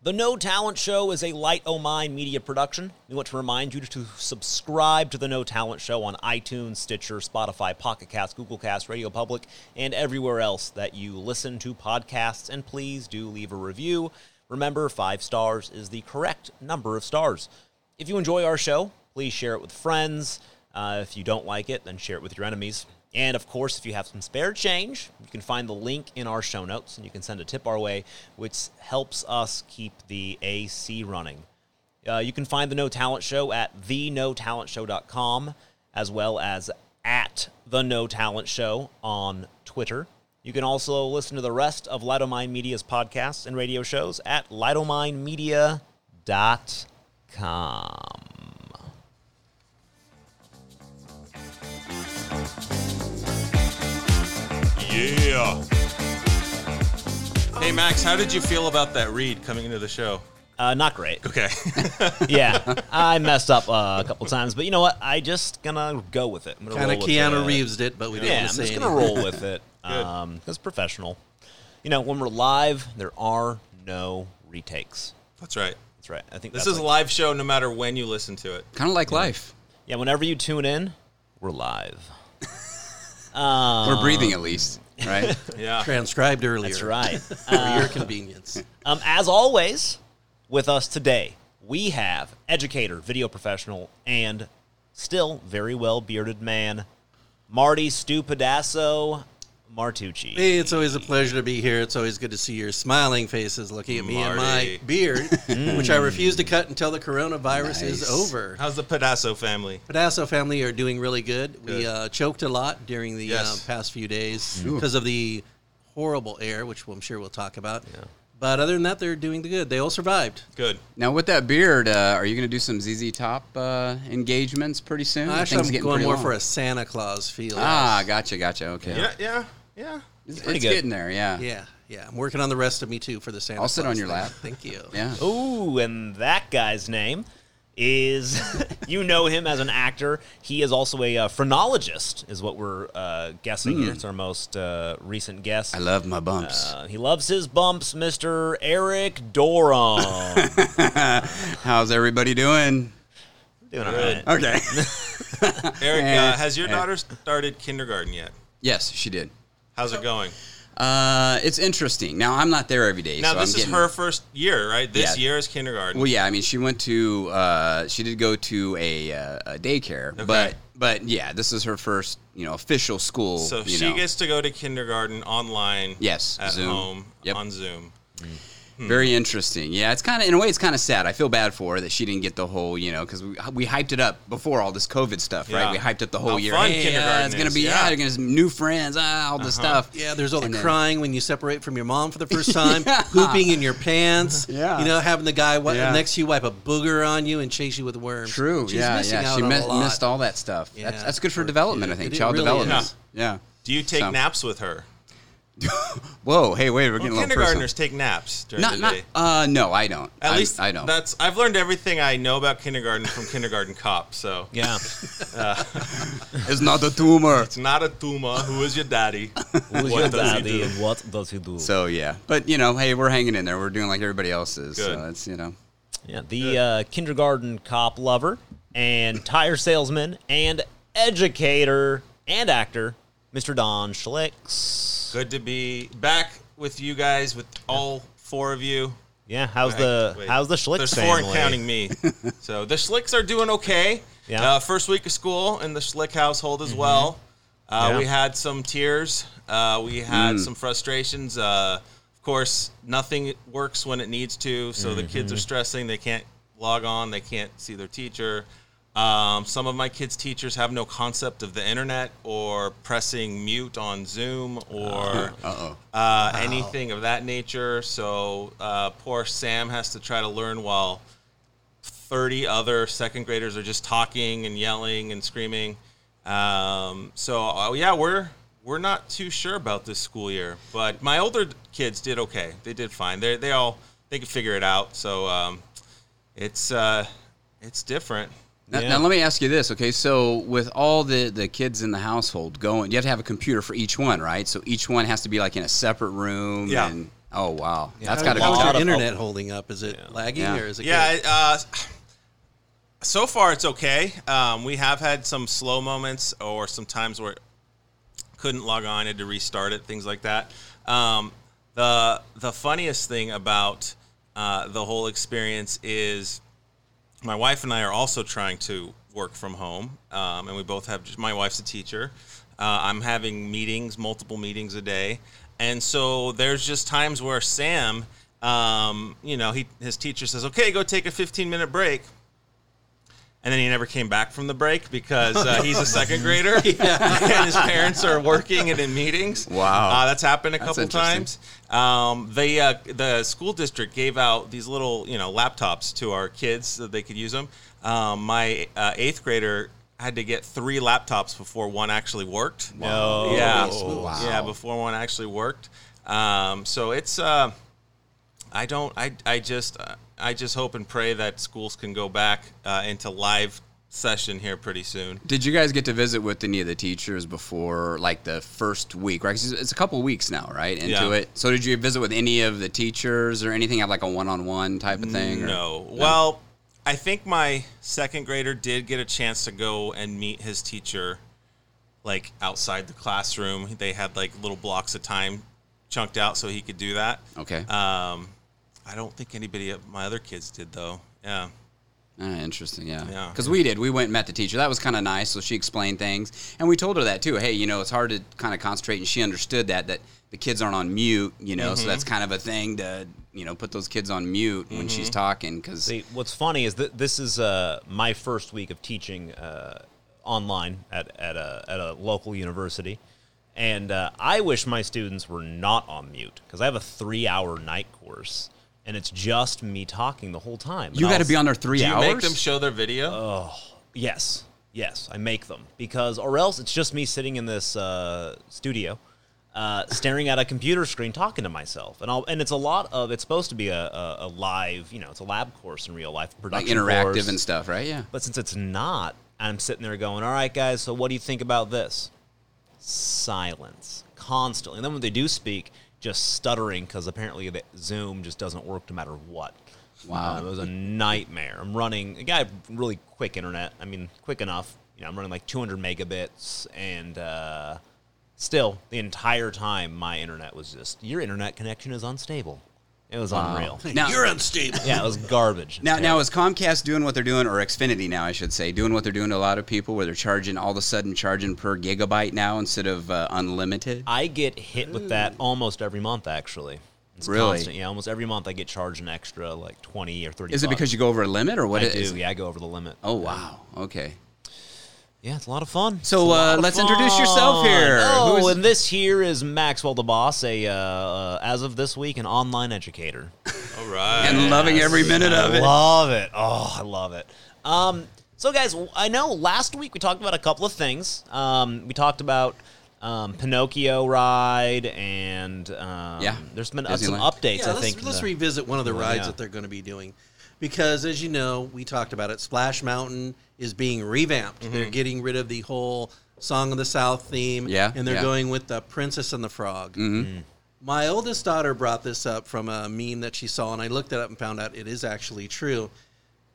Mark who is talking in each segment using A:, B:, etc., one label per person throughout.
A: The No Talent Show is a Light O' Mine media production. We want to remind you to subscribe to The No Talent Show on iTunes, Stitcher, Spotify, Pocket Cast, Google Cast, Radio Public, and everywhere else that you listen to podcasts. And please do leave a review. Remember, five stars is the correct number of stars. If you enjoy our show, please share it with friends. Uh, if you don't like it, then share it with your enemies. And of course, if you have some spare change, you can find the link in our show notes and you can send a tip our way, which helps us keep the AC running. Uh, you can find the No Talent Show at thenotalentshow.com as well as at the No Talent Show on Twitter. You can also listen to the rest of Lidomine Media's podcasts and radio shows at lidominemedia.com.
B: Yeah. Hey Max, how did you feel about that read coming into the show?
A: Uh, not great.
B: Okay.
A: yeah, I messed up uh, a couple times, but you know what? I just gonna go with it.
C: Kind of Keanu Reeves it, but we didn't
A: Yeah, I'm
C: want to
A: just
C: say
A: gonna
C: anything.
A: roll with it. Um, it's professional. You know, when we're live, there are no retakes.
B: That's right.
A: That's right. I think
B: This
A: that's
B: is a
A: like-
B: live show no matter when you listen to it.
D: Kind of like life.
A: yeah. Whenever you tune in, we're live.
D: We're breathing at least, right?
B: Yeah.
C: transcribed earlier.
A: That's right.
C: For your convenience.
A: Um, as always, with us today, we have educator, video professional, and still very well bearded man, Marty Stupidasso Martucci.
C: Hey, it's always a pleasure to be here. It's always good to see your smiling faces looking at me
B: Marty.
C: and my beard, which I refuse to cut until the coronavirus is
D: Nice.
C: over.
B: How's the Pedasso family?
C: Pedasso family are doing really good. We uh, choked a lot during the
B: Yes.
C: uh, past few days because of the horrible air, which I'm sure we'll talk about. But other than that, they're doing the good. They all survived.
B: Good.
D: now, with that beard, uh, are you going to do some ZZ Top uh, engagements pretty soon?
C: Actually,
D: Things
C: I'm
D: getting
C: going
D: pretty
C: more
D: long.
C: for a Santa Claus feel.
D: Ah, gotcha, gotcha. Okay.
B: Yeah, yeah, yeah.
D: It's,
A: Pretty
D: it's
A: good.
D: getting there, yeah.
C: Yeah, yeah. I'm working on the rest of me too for the Santa.
D: I'll sit
C: Claus
D: on your
C: thing.
D: lap.
C: Thank you.
D: Yeah.
A: Oh. Ooh, and that guy's name is you know him as an actor. He is also a uh, phrenologist, is what we're uh, guessing here. It's our most uh, recent guess.
D: Hmm. I love my bumps.
A: uh, he loves his bumps, Mr. Eric Dorum.
D: How's everybody doing?
A: Doing all right.
D: Okay.
B: Eric,
D: Eh,
B: uh, has your
D: eh.
B: daughter started kindergarten yet?
D: yes, she did.
B: How's it going?
D: Uh, it's interesting. Now, I'm not there every day.
B: Now this
D: so I'm
B: is
D: getting-
B: her first year, right? This
D: Yeah.
B: year is kindergarten.
D: Well, yeah, I mean, she went to uh, she did go to a, uh, a daycare, but but yeah, this is her first you know official school.
B: so
D: you
B: she
D: know.
B: gets to go to kindergarten online.
D: Yes,
B: At
D: Zoom.
B: home
D: Yep.
B: on Zoom.
D: very interesting. Yeah, it's kind of in a way, it's kind of sad. I feel bad for her that she didn't get the whole you know because we, we hyped it up before all this COVID stuff,
B: Yeah.
D: right? We hyped up the whole
B: How
D: year.
B: fun
D: "Hey,
B: kindergarten
D: yeah, it's gonna
B: is,
D: be
B: yeah."
D: yeah, they're gonna new friends, ah, all this stuff.
C: Yeah, there's all the
D: And then-
C: crying when you separate from your mom for the first time, pooping in your pants.
D: Yeah.
C: you know, having the guy wi-
D: Yeah.
C: next to you wipe a booger on you and chase you with worms.
D: True.
C: She's
D: yeah,
C: missing
D: yeah.
C: out
D: She
C: on
D: mi-
C: a lot.
D: missed all that stuff.
C: Yeah,
D: that's, that's good for
C: for-
D: development,
C: it-
D: I think.
C: it
D: Child
C: really
D: development.
C: is.
D: Yeah.
B: Do you take
D: So-
B: naps with her?
D: Whoa. Hey, wait.
B: Well,
D: We're getting a little personal.
B: kindergartners take naps during
D: Not,
B: the
D: not.
B: day.
D: Uh, no, I don't.
B: At
D: I,
B: least
D: I don't.
B: That's I've learned everything I know about kindergarten from Kindergarten Cop. So
A: Yeah.
D: It's not a tumor.
B: it's not a Tuma. Who is your daddy?
A: Who's
B: What
A: your
B: does he
A: daddy
B: do?
A: and what does he do?
D: So yeah, but you know, hey, we're hanging in there. We're doing like everybody else is.
B: Good.
D: So it's you know,
A: Yeah, the uh, kindergarten cop lover and tire salesman and educator and actor, Mr. Don Schlicks.
B: Good to be back with you guys, with all four of you.
A: Yeah, how's
B: Wait,
A: the
B: wait.
A: how's the Schlicks
B: There's
A: family?
B: four and counting me. so the Schlicks are doing okay.
A: Yeah. Mm-hmm.
B: Uh, first week of school in the Schlick household as well. Uh,
A: Yeah. Mm.
B: We had some tears. Uh, we had some frustrations. Uh, of course, nothing works when it needs to. So the kids are
A: Mm-hmm.
B: stressing. They can't log on. They can't see their teacher. Um, some of my kids' teachers have no concept of the internet or pressing mute on Zoom or
D: uh oh.
B: uh, anything of that nature. So uh, poor Sam has to try to learn while 30 other second graders are just talking and yelling and screaming. Um, so uh, yeah, we're we're not too sure about this school year, but my older kids did okay. They did fine. They they all they could figure it out. So um, it's uh, it's different.
D: Now,
A: Yeah.
D: now let me ask you this, okay? So with all the the kids in the household going, you have to have a computer for each one, right? So each one has to be like in a separate room.
B: Yeah.
D: And, Oh wow, that's
C: How-
D: got to
A: lot
C: how's
D: be.
C: your
A: of-
C: internet holding up? Is it lagging
D: Yeah.
C: or is it?
B: Yeah. it, Uh, so far, it's okay. Um, we have had some slow moments or some times where it couldn't log on, had to restart it, things like that. Um, the the funniest thing about uh, the whole experience is my wife and I are also trying to work from home, um, and we both have. Just, my wife's a teacher. Uh, I'm having meetings, multiple meetings a day, and so there's just times where Sam, um, you know, he his teacher says, "Okay, go take a 15 minute break." And then he never came back from the break because uh, he's a second grader and his parents are working and in meetings.
D: Wow.
B: Uh, that's happened a
D: That's
B: couple
D: interesting.
B: times. Um, they uh, the school district gave out these little you know laptops to our kids so they could use them. Um, my uh, eighth grader had to get three laptops before one actually worked.
A: No.
B: Yeah.
D: Wow.
B: Yeah, before one actually worked. Um, so it's uh, I don't I I just uh, I just hope and pray that schools can go back uh, into live session here pretty soon.
D: Did you guys get to visit with any of the teachers before, like the first week? Right, 'Cause it's a couple weeks now, right? Into
B: Yeah.
D: it. So did you visit with any of the teachers or anything? Have like a one-on-one type of thing? or-
B: No. Well, I think my second grader did get a chance to go and meet his teacher, like outside the classroom. They had like little blocks of time chunked out so he could do that.
D: Okay.
B: Um, I don't think anybody of my other kids did though. Yeah.
D: Ah, interesting, yeah.
B: Yeah.
D: Because we did. We went and met the teacher. That was kind of nice. So she explained things, and we told her that too. Hey, you know, it's hard to kind of concentrate, and she understood that that the kids aren't on mute. You know, so
A: Mm-hmm.
D: that's kind of a thing to you know put those kids on mute when
A: Mm-hmm.
D: she's talking because
A: See, what's funny is that this is uh, my first week of teaching uh, online at, at, a, at a local university. And uh, I wish my students were not on mute because I have a three hour night course and it's just me talking the whole time. And
D: you got to
A: I'll-
D: be on there three
B: Do you
D: hours.
B: make them show their video?
D: Oh.
A: Yes, yes, I make them because, or else it's just me sitting in this uh, studio, uh, staring at a computer screen, talking to myself, and I'll, and it's a lot of it's supposed to be a, a, a live, you know, it's a lab course in real life
D: like
A: production,
D: interactive
A: course.
D: and stuff, right? Yeah.
A: But since it's not, I'm sitting there going, all right, guys, so what do you think about this? Silence constantly. And then when they do speak, just stuttering because apparently the Zoom just doesn't work no matter what.
D: Wow.
A: Uh, it was a nightmare. I'm running, I got really quick internet. I mean, quick enough. You know, I'm running like 200 megabits and, uh, Still, the entire time my internet was just your internet connection is unstable. It was unreal.
C: Get,
D: Now-
C: you're unstable.
A: Yeah, it was garbage.
D: Now, now is Comcast doing what they're doing, or Xfinity now, I should say, doing what they're doing to a lot of people, where they're charging all of a sudden charging per gigabyte now instead of uh, unlimited?
A: I get hit with that almost every month, actually. It's
D: Really?
A: Constant. Yeah, almost every month I get charged an extra like twenty or thirty.
D: Is it because you go over a limit, or what?
A: I
D: it- is-
A: do? Yeah, I go over the limit.
D: Oh wow. Okay.
A: yeah, it's a lot of fun. It's a
D: So uh,
A: lot of
D: let's introduce
A: fun.
D: yourself here.
A: Oh,
D: Who's-
A: and this here is Maxwell the Boss, a uh, uh, as of this week, an online educator.
B: All right.
D: and loving every minute of
A: I
D: it.
A: love it. Oh, I love it. Um, so, guys, I know last week we talked about a couple of things. Um, we talked about um, Pinocchio ride, and um,
D: Yeah.
A: there's been uh, some
D: Disneyland.
A: updates.
C: Yeah,
A: I
C: let's,
A: think
C: let's
A: the-
C: revisit one of the rides
A: yeah.
C: that they're going to be doing, because as you know, we talked about it. Splash Mountain is being revamped.
A: Mm-hmm.
C: They're getting rid of the whole Song of the South theme,
D: Yeah,
C: and they're
D: yeah.
C: going with the Princess and the Frog.
A: Mm-hmm.
C: My oldest daughter brought this up from a meme that she saw, and I looked it up and found out it is actually true.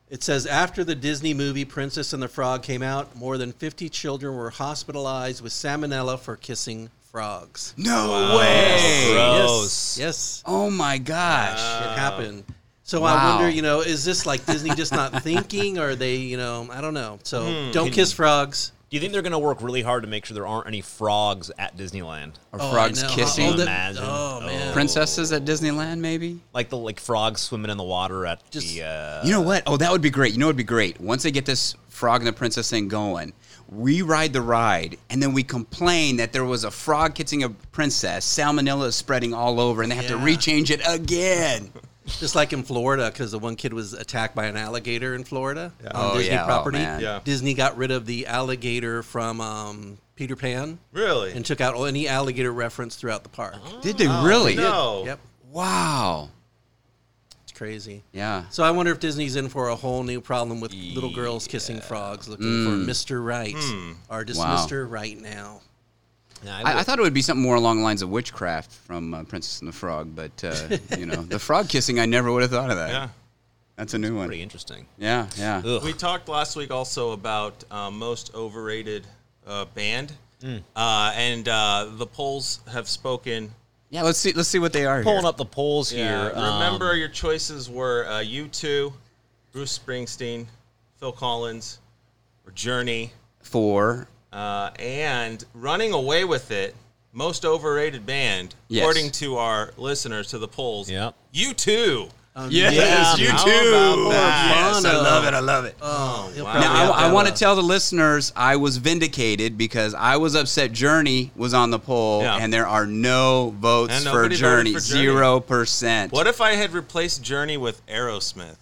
C: It says after the Disney movie Princess and the Frog came out, more than 50 children were hospitalized with salmonella for kissing frogs.
D: No way.
A: Gross.
C: Yes. Yes.
D: Oh my gosh.
C: it happened. Uh, So I
D: Wow.
C: wonder, you know, is this like Disney just not thinking, or they, you know, I don't know. So don't kiss frogs.
A: Do you think they're going to work really hard to make sure there aren't any frogs at Disneyland?
D: Or
C: Oh, I
D: frogs
C: know.
D: kissing
C: Oh, that-
A: Imagine.
C: oh, man.
D: princesses at Disneyland, maybe.
A: Like the like frogs swimming in the water at
C: Just-
A: the. Uh,
D: You know what? Oh, that would be great. You know, it'd be great once they get this frog and the princess thing going. We ride the ride, and then we complain that there was a frog kissing a princess. Salmonella is spreading all over, and they have to
C: Yeah.
D: rechange it again.
C: Just like in Florida, because the one kid was attacked by an alligator in Florida on
D: Oh,
C: Disney
D: yeah. Oh,
C: property.
D: man.
B: Yeah.
C: Disney got rid of the alligator from um, Peter Pan
B: really?
C: and took out any alligator reference throughout the park.
D: Did they
B: Oh,
D: really?
B: No.
C: Yep,
D: Wow.
C: it's crazy.
D: Yeah.
C: So I wonder if Disney's in for a whole new problem with little
D: Hmm.
C: girls kissing frogs, looking for Mister Right, artist
D: Wow.
C: Mister Right now.
A: Nah,
D: I, I
A: would-
D: thought it would be something more along the lines of witchcraft from uh, Princess and the Frog, but uh, you know, the frog kissing, I never would have thought of that.
B: Yeah.
D: That's a new one.
A: pretty interesting.
D: Yeah, yeah.
A: Ugh.
B: We talked last week also about um, most overrated uh, band,
D: Hmm.
B: uh, and uh, the polls have spoken.
D: Yeah, let's see let's see what they are. here.
A: Pulling up the polls here. um,
B: Remember, your choices were uh, U2, Bruce Springsteen, Phil Collins, or Journey,
D: four.
B: uh, and running away with it. Most overrated band,
D: Yes.
B: according to our listeners to the polls.
A: Yep.
B: U2.
D: Uh,
A: Yes,
B: you too.
D: Yes, I
C: Bono.
D: love it. I love it.
C: Oh, he'll
B: wow.
C: probably
D: Now,
C: have
D: I, I
C: that
D: want to
C: up.
D: tell the listeners I was vindicated because I was upset Journey was on the poll,
B: Yeah.
D: and there are no votes
B: And
D: for
B: nobody voted
D: Journey.
B: for Journey.
D: Zero percent.
B: What if I had replaced Journey with Aerosmith?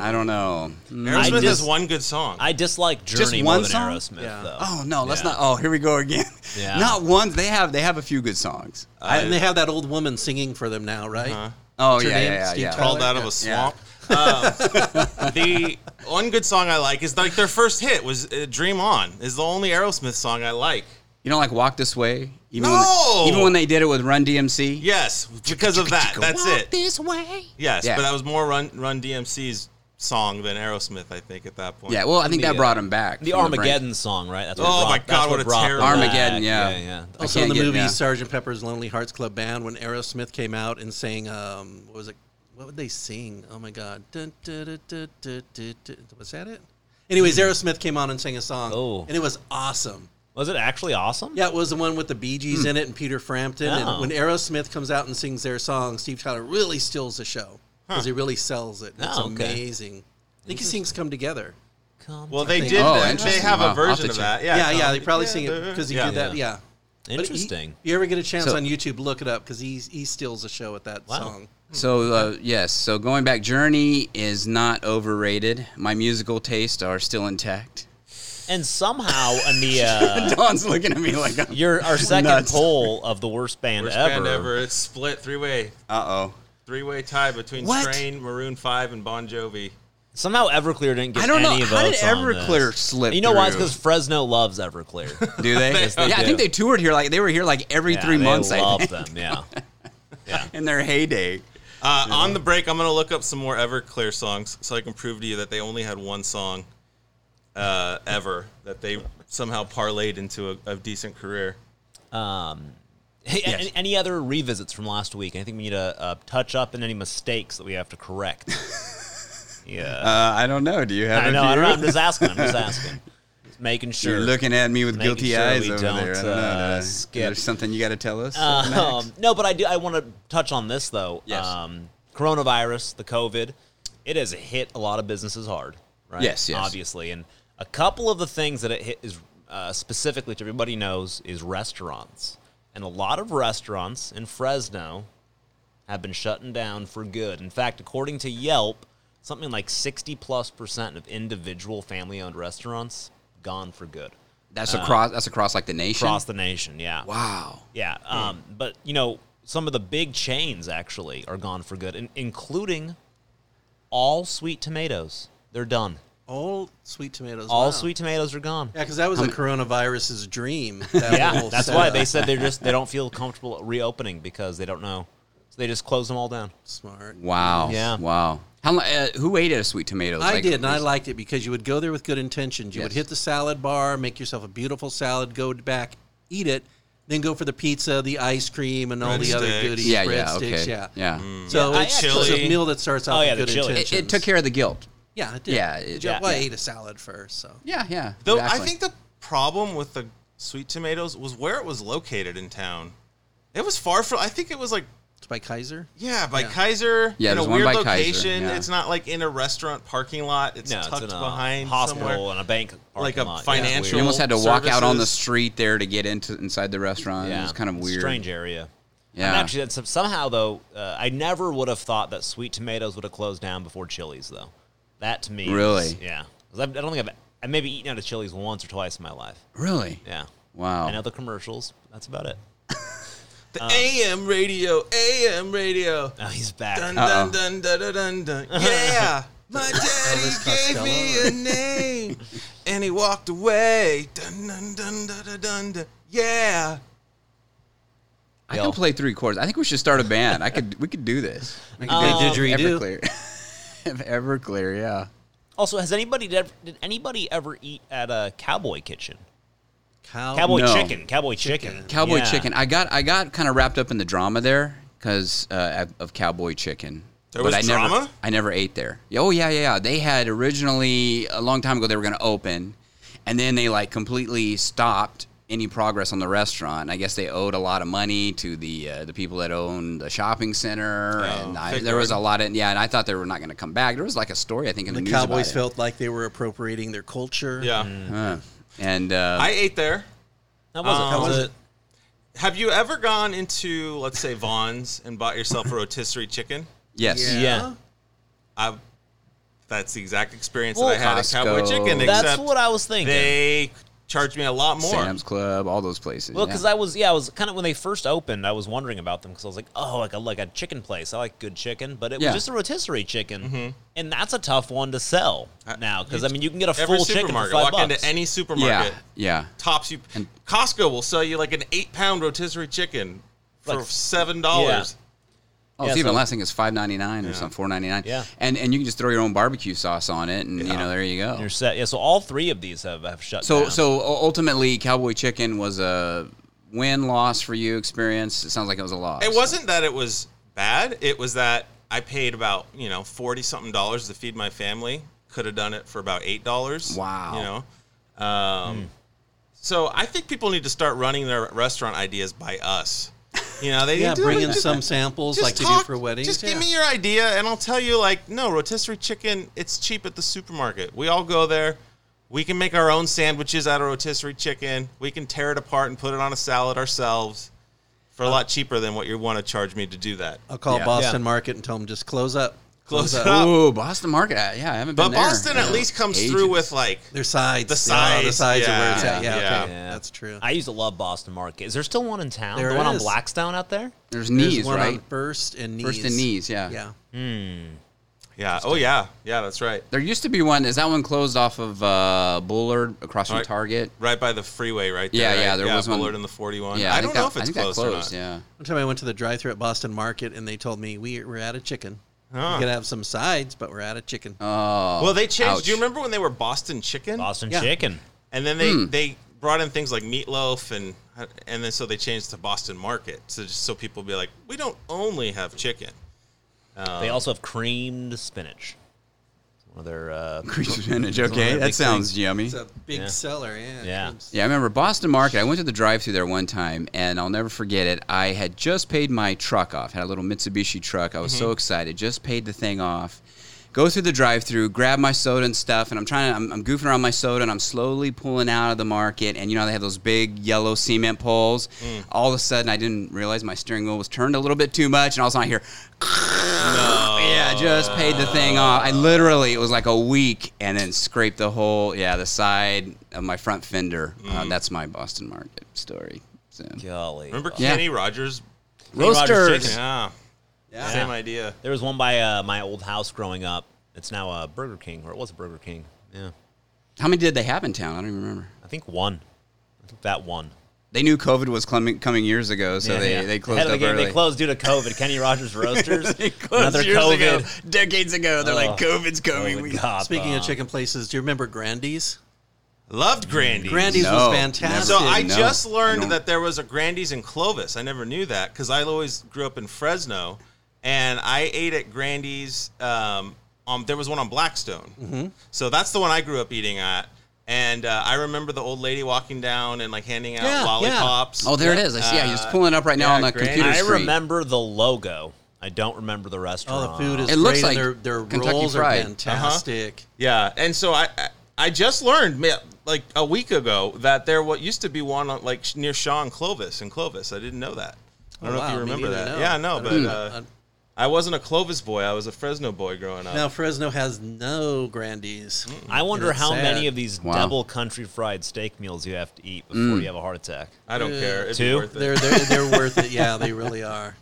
D: I don't know. Mm.
B: Aerosmith
A: dis-
B: has one good song.
A: I dislike Journey
D: one
A: more than
D: song?
A: Aerosmith,
C: Yeah.
A: though.
D: Oh no, let's
A: Yeah.
D: not. Oh, here we go again.
A: Yeah.
D: Not one. They have. They have a few good songs.
C: I- and they have that old woman singing for them now, right?
D: Oh
C: What's her
D: yeah,
C: name?
D: yeah, yeah,
C: Steve
D: yeah.
C: Tyler?
B: crawled out of a
D: Yeah.
B: swamp. Um, the one good song I like is like their first hit was uh, "Dream On." Is the only Aerosmith song I like.
D: You don't like Walk This Way? Even
B: No!
D: When they, even when they did it with Run DMC.
B: Yes, because of that. That's
D: Walk
B: it.
D: This way.
B: Yes,
D: Yeah.
B: but that was more Run Run DMC's song than Aerosmith. I think at that point.
D: Yeah. Well, I think that
A: uh,
D: brought him back.
A: The
D: from brink.
A: Armageddon song, right? That's what
B: Oh
A: brought-
B: my
A: that's
B: God, what a
A: brought them
B: terrible-
A: back.
D: Armageddon, yeah.
A: yeah, yeah.
C: Also
D: can't
C: in the
D: get-
C: movie
D: yeah.
C: Sergeant Pepper's Lonely Hearts Club Band, when Aerosmith came out and sang, um, what was it? What would they sing? Oh my God! Dun, dun, dun, dun, dun, dun, dun. Was that it? Anyways,
D: Hmm.
C: Aerosmith came on and sang a song,
A: Oh.
C: and it was awesome.
A: Was it actually awesome?
C: Yeah, it was the one with the Bee Gees in it and Peter Frampton.
A: Hmm. Oh.
C: And when Aerosmith comes out and sings their song, Steve Tyler really steals the show because he really sells it. It's
A: Oh, okay.
C: amazing. I think he sings "Come Together."
A: Come
B: Well,
A: to-
B: they
C: think-
B: did.
D: Oh,
B: that. They
D: interesting.
B: have
D: Wow,
B: a
D: I'll have
B: version
D: to
B: of
D: check.
B: that. Yeah.
C: Yeah,
B: um,
C: yeah, they probably sing it because he
B: yeah.
C: did that. Yeah. But he-
A: interesting.
C: you ever get a chance
D: So-
C: on YouTube, look it up because he he steals the show with that
A: Wow.
C: song.
D: So uh, yes, so going back, Journey is not overrated. My musical tastes are still intact.
A: And somehow in the uh,
D: Don's looking at me like, "Uh
A: your our second
D: Nuts.
A: poll of the worst band,
B: Worst
A: ever,
B: band ever. It's split three way,
D: oh."
B: three way tie between
D: What?
B: Strain, Maroon Five, and Bon Jovi.
A: somehow Everclear didn't get
D: I don't know.
A: any votes.
D: How did
A: on this.
D: Everclear slip
A: You know why? It's
D: through?
A: because Fresno loves Everclear.
D: Do they?
A: they
D: yeah, I
A: do.
D: think they toured here. Like they were here like every
A: Yeah,
D: three
A: they
D: months. I
A: love
D: think,
A: them. Yeah.
D: in their heyday.
B: Uh, On the break, I'm going to look up some more Everclear songs so I can prove to you that they only had one song uh, ever that they somehow parlayed into a, a decent career.
A: Hey, a- any, any other revisits from last week? Anything we need to uh, touch up and any mistakes that we have to correct? yeah.
D: Uh, I don't know. Do you have?
A: I
D: a
A: know. I
D: few?
A: don't know. I'm just asking. I'm just asking. Just making sure.
D: You're looking at me with
A: Making
D: guilty
A: sure we
D: eyes over
A: don't,
D: there. I don't know.
A: uh,
D: Did I-
A: skip.
D: Is there something you got to tell us? Max?
A: Um, no, but I do. I want to touch on this though.
D: Yes.
A: Um, coronavirus, the COVID, it has hit a lot of businesses hard, right?
D: Yes, yes.
A: Obviously, and a couple of the things that it hit is uh, specifically, to everybody knows, is restaurants, and a lot of restaurants in Fresno have been shutting down for good. In fact, according to Yelp, something like sixty plus percent of individual family-owned restaurants gone for good
D: That's across. That's across like the nation.
A: across the nation. Yeah.
D: wow.
A: Yeah,
B: Hmm.
A: um, but you know, some of the big chains actually are gone for good, in- including all sweet tomatoes. They're done.
C: All sweet tomatoes.
A: All
C: wow.
A: sweet tomatoes are gone.
C: Yeah, because that was a coronavirus's dream. That
A: Yeah,
C: whole
A: that's why
C: setup.
A: they said they're just they don't feel comfortable reopening because they don't know, so they just close them all down.
C: smart.
D: Wow.
A: Yeah.
D: Wow. How, lo- uh, who ate at a sweet tomatoes?
C: I
D: Like,
C: did, and I liked it because you would go there with good intentions. You would
D: Yes.
C: hit the salad bar, make yourself a beautiful salad, go back, eat it, then go for the pizza, the ice cream, and all the other
B: Breadsticks.
C: goodies.
D: Yeah. Yeah.
C: breadsticks,
D: Okay.
C: Yeah.
D: Yeah. Mm.
C: So
A: Mm. Yeah, I
C: it's,
B: actually-
C: it's a meal that starts off
A: Oh, yeah,
C: with
A: the
C: good
A: chili. It- it
C: intentions.
D: It, it took care of the guilt.
C: Yeah, it did.
D: Yeah, it-
C: Good job.
A: yeah,
C: Well, I
A: yeah.
C: ate a salad first, so
D: Yeah. Yeah.
B: Though I
D: exactly.
B: think the problem with the sweet tomatoes was where it was located in town. It was far from. I think it was like
C: it's by Kaiser.
B: yeah by Kaiser
D: Yeah,
B: in a
D: there's one
B: weird
D: by Kaiser,
B: location.
D: yeah.
B: It's not like in a restaurant parking lot. It's
A: No, it's
B: tucked
A: in a
B: behind
A: hospital uh,
B: somewhere.
A: and a bank,
B: Like
A: parking
B: a
A: lot. Yeah,
B: financial-
A: weird.
D: You almost had to walk out on the
B: services.
D: street there to get into inside the restaurant. It was kind of weird.
A: Strange area.
D: Yeah.
A: And actually, that's, somehow though, uh, I never would have thought that sweet tomatoes would have closed down before Chili's though. That to me, is-
D: Really?
A: yeah. 'Cause I've- I don't think I've I maybe eaten out of Chili's once or twice in my life.
D: Really?
A: Yeah.
D: Wow.
A: And other commercials. That's about it.
B: The AM radio, AM radio.
A: Oh, he's back.
B: Dun
D: Uh-oh.
B: dun dun dun dun dun. dun. Yeah. My daddy
C: Elvis
B: gave
C: Costello.
B: me a name, and he walked away. Dun dun dun dun dun dun. dun. Yeah.
D: I
A: Yo.
D: can play three chords. I think we should start a band. I could. We could do this.
C: We
A: Um,
C: could do didgeridoo.
D: Everclear. Everclear. Yeah.
A: Also, has anybody did, did anybody ever eat at a cowboy kitchen?
C: Cow-
A: Cowboy
D: Oh, no.
A: chicken, cowboy chicken,
D: Cowboy
A: Yeah.
D: Chicken. I got. I got kind of wrapped up in the drama there because uh, of Cowboy Chicken.
B: There was
D: But I Never,
B: drama?
D: I never ate there. Yeah, Oh yeah, yeah, yeah. They had originally a long time ago they were going to open, and then they like completely stopped any progress on the restaurant. I guess they owed a lot of money to the uh, the people that own the shopping center,
B: Oh,
D: and I,
B: figured.
D: there was a lot of yeah. And I thought they were not going to come back. There was like a story I think in the,
C: The
D: news about
C: Cowboys
D: it.
C: felt like they were appropriating their culture.
B: Yeah.
D: Uh, and uh,
B: I ate there.
A: That
D: Oh.
A: was,
B: Um,
A: it.
C: Was
A: was
C: it-
B: Have you ever gone into, let's say, Vaughn's and bought yourself a rotisserie chicken?
D: yes,
A: Yeah.
B: I. That's the exact experience
A: Well,
B: that I had at Cowboy
D: Costco.
B: Chicken,
A: That's
B: except
A: what I was thinking.
B: they charged me a lot more.
D: Sam's Club, all those places.
A: Well,
D: yeah.
A: because I was, yeah, I was kind of when they first opened, I was wondering about them because I was like, oh, like a like a chicken place. I like good chicken, but it
D: Yeah.
A: was just a rotisserie chicken,
B: Mm-hmm.
A: and that's a tough one to sell now because I mean you can get a
B: Every
A: full chicken for
B: supermarket,
A: five
B: walk
A: bucks.
B: into any supermarket,
D: yeah, yeah.
B: tops you. Costco will sell you like an eight-pound rotisserie chicken for
A: Like-
B: seven dollars.
D: Oh,
A: Yeah,
D: it's even
A: so-
D: less. I think it's five ninety nine or something, four ninety nine.
A: Yeah.
D: and and you can just throw your own barbecue sauce on it, and you know there you go.
A: You're set. Yeah, so all three of these have, have shut
D: Oh. So
A: down.
D: so u- ultimately, Cowboy Chicken was a win loss for you experience. It sounds like it was a loss.
B: It wasn't that it was bad. It was that I paid about you know forty something dollars to feed my family. Could have done it for about eight dollars.
D: Wow.
B: You know, um, so I think people need to start running their restaurant ideas by us. You know, they
C: Yeah,
B: need to-
C: bring in
B: just-
C: some samples
B: just
C: like they do
B: talk-
C: for weddings.
B: Just
C: yeah.
B: give me your idea, and I'll tell you. Like, no rotisserie chicken. It's cheap at the supermarket. We all go there. We can make our own sandwiches out of rotisserie chicken. We can tear it apart and put it on a salad ourselves for a
D: Uh.
B: lot cheaper than what you want to charge me to do that.
C: I'll call
D: Yeah.
C: Boston Market and tell them just close up.
B: Close it up.
D: Oh, Boston Market. I- Yeah, I haven't
B: But
D: been there.
B: Boston
D: in
B: at least comes
D: ages.
B: through with like
C: Their sides.
B: The
C: Yeah, the
B: sides,
C: sides are where it's
B: yeah,
C: at. Yeah,
B: yeah.
C: okay.
A: Yeah.
C: That's true.
A: I used to love Boston Market. Is there still one in town?
C: There
A: the one
C: is.
A: on Blackstown out there?
D: There's
C: There's
D: knees,
C: one on
D: right?
C: First and knees.
D: First and knees. Yeah.
C: Yeah.
B: yeah, oh yeah, yeah, that's right.
D: There used to be one. Is that one closed off of uh, Bullard across from
B: Right.
D: Target?
B: Right by the freeway, right there.
D: Yeah,
B: right?
D: yeah, there was one-
B: Bullard in the forty-one.
D: Yeah,
B: I,
D: think
B: don't
D: that-
B: know if
D: I
B: it's
D: think that
B: closed, or not.
D: Yeah.
C: One time I went to the drive-thru at Boston Market and they told me we we're out of chicken.
B: Huh.
C: We could have some sides, but we're out of chicken.
D: Oh.
B: Well, they changed. Do you
D: ouch.
B: remember when they were Boston Chicken?
A: Boston
C: Yeah.
A: Chicken.
B: And then they they brought in things like meatloaf and and then so they changed to Boston Market. So just so people be like, we don't only have chicken.
A: They
B: Um,
A: also have creamed spinach. One of their uh,
D: Cream spinach. Okay,
A: big
D: eh? that sounds yummy.
C: it's a big
A: Yeah.
C: seller. Yeah.
A: Yeah.
D: Yeah, I remember Boston Market. I went to the drive-through there one time, and I'll never forget it. I had just paid my truck off. Had a little Mitsubishi truck. I was so excited. Just paid the thing off. Go through the drive-through, grab my soda and stuff, and I'm trying. I'm, I'm goofing around my soda, and I'm slowly pulling out of the market. And you know they have those big yellow cement poles. All of a sudden, I didn't realize my steering wheel was turned a little bit too much, and all of a sudden I hear, yeah, just paid the thing off. I literally it was like a week, and then scraped the whole yeah the side of my front fender. Uh, that's my Boston Market story. So.
A: golly.
B: Remember
D: Yeah.
B: Kenny Rogers?
A: Rogers
D: Roasters.
A: chicken.
B: Yeah.
C: Yeah.
B: Same idea.
A: There was one by uh, my old house growing up. It's now a Burger King, or it was a Burger King. Yeah,
D: How many did they have in town? I don't even remember.
A: I think one. I think that one.
D: They knew COVID was coming, coming years ago, so
A: Yeah,
D: they,
A: yeah.
D: they
A: Ahead
D: closed
A: of the
D: up
A: game,
D: early.
A: They closed due to COVID. Kenny Rogers Roasters.
D: They closed
A: Another
D: years
A: COVID.
D: ago, decades ago. They're
A: Oh.
D: like, COVID's coming.
A: COVID
D: We-
A: cop,
C: Speaking of
A: uh,
C: chicken places, do you remember Grandy's?
B: Loved Grandy's.
C: Grandy's
D: No,
C: was fantastic.
B: So
D: Never
B: I
D: did, no.
B: just learned
D: No.
B: that there was a Grandy's in Clovis. I never knew that because I always grew up in Fresno, and I ate at Grandy's. Um, um, there was one on Blackstone, so that's the one I grew up eating at. And uh, I remember the old lady walking down and like handing out
C: Yeah, yeah.
B: lollipops.
D: Oh, there it is. I see. Yeah, he's pulling it up right now
B: yeah,
D: on the
B: Granny.
D: computer
A: I
D: screen.
A: remember the logo. I don't remember the restaurant.
C: Oh, the food is
D: It
C: great.
D: looks
C: and their,
D: like
C: their
D: Kentucky
C: rolls
D: Fried.
C: are fantastic.
B: Yeah, and so I I- I just learned ma- like a week ago that there what used to be one on, like sh- near Shaw and Clovis in Clovis. I didn't know that. I don't
C: Oh,
B: know if
C: wow,
B: you
C: me
B: remember
C: neither,
B: that.
C: no.
B: Yeah, no,
C: I
B: but
C: don't
B: uh,
C: know. Hmm.
B: I wasn't a Clovis boy. I was a Fresno boy growing up.
C: Now Fresno has no Grandy's.
A: I wonder
C: It's
A: how
C: sad.
A: many of these
D: Wow. Mm.
A: double country fried steak meals you have to eat before you have a heart attack.
B: I don't care. It'd be
A: Two?
B: worth it.
C: They're, they're they're worth it. Yeah, they really are.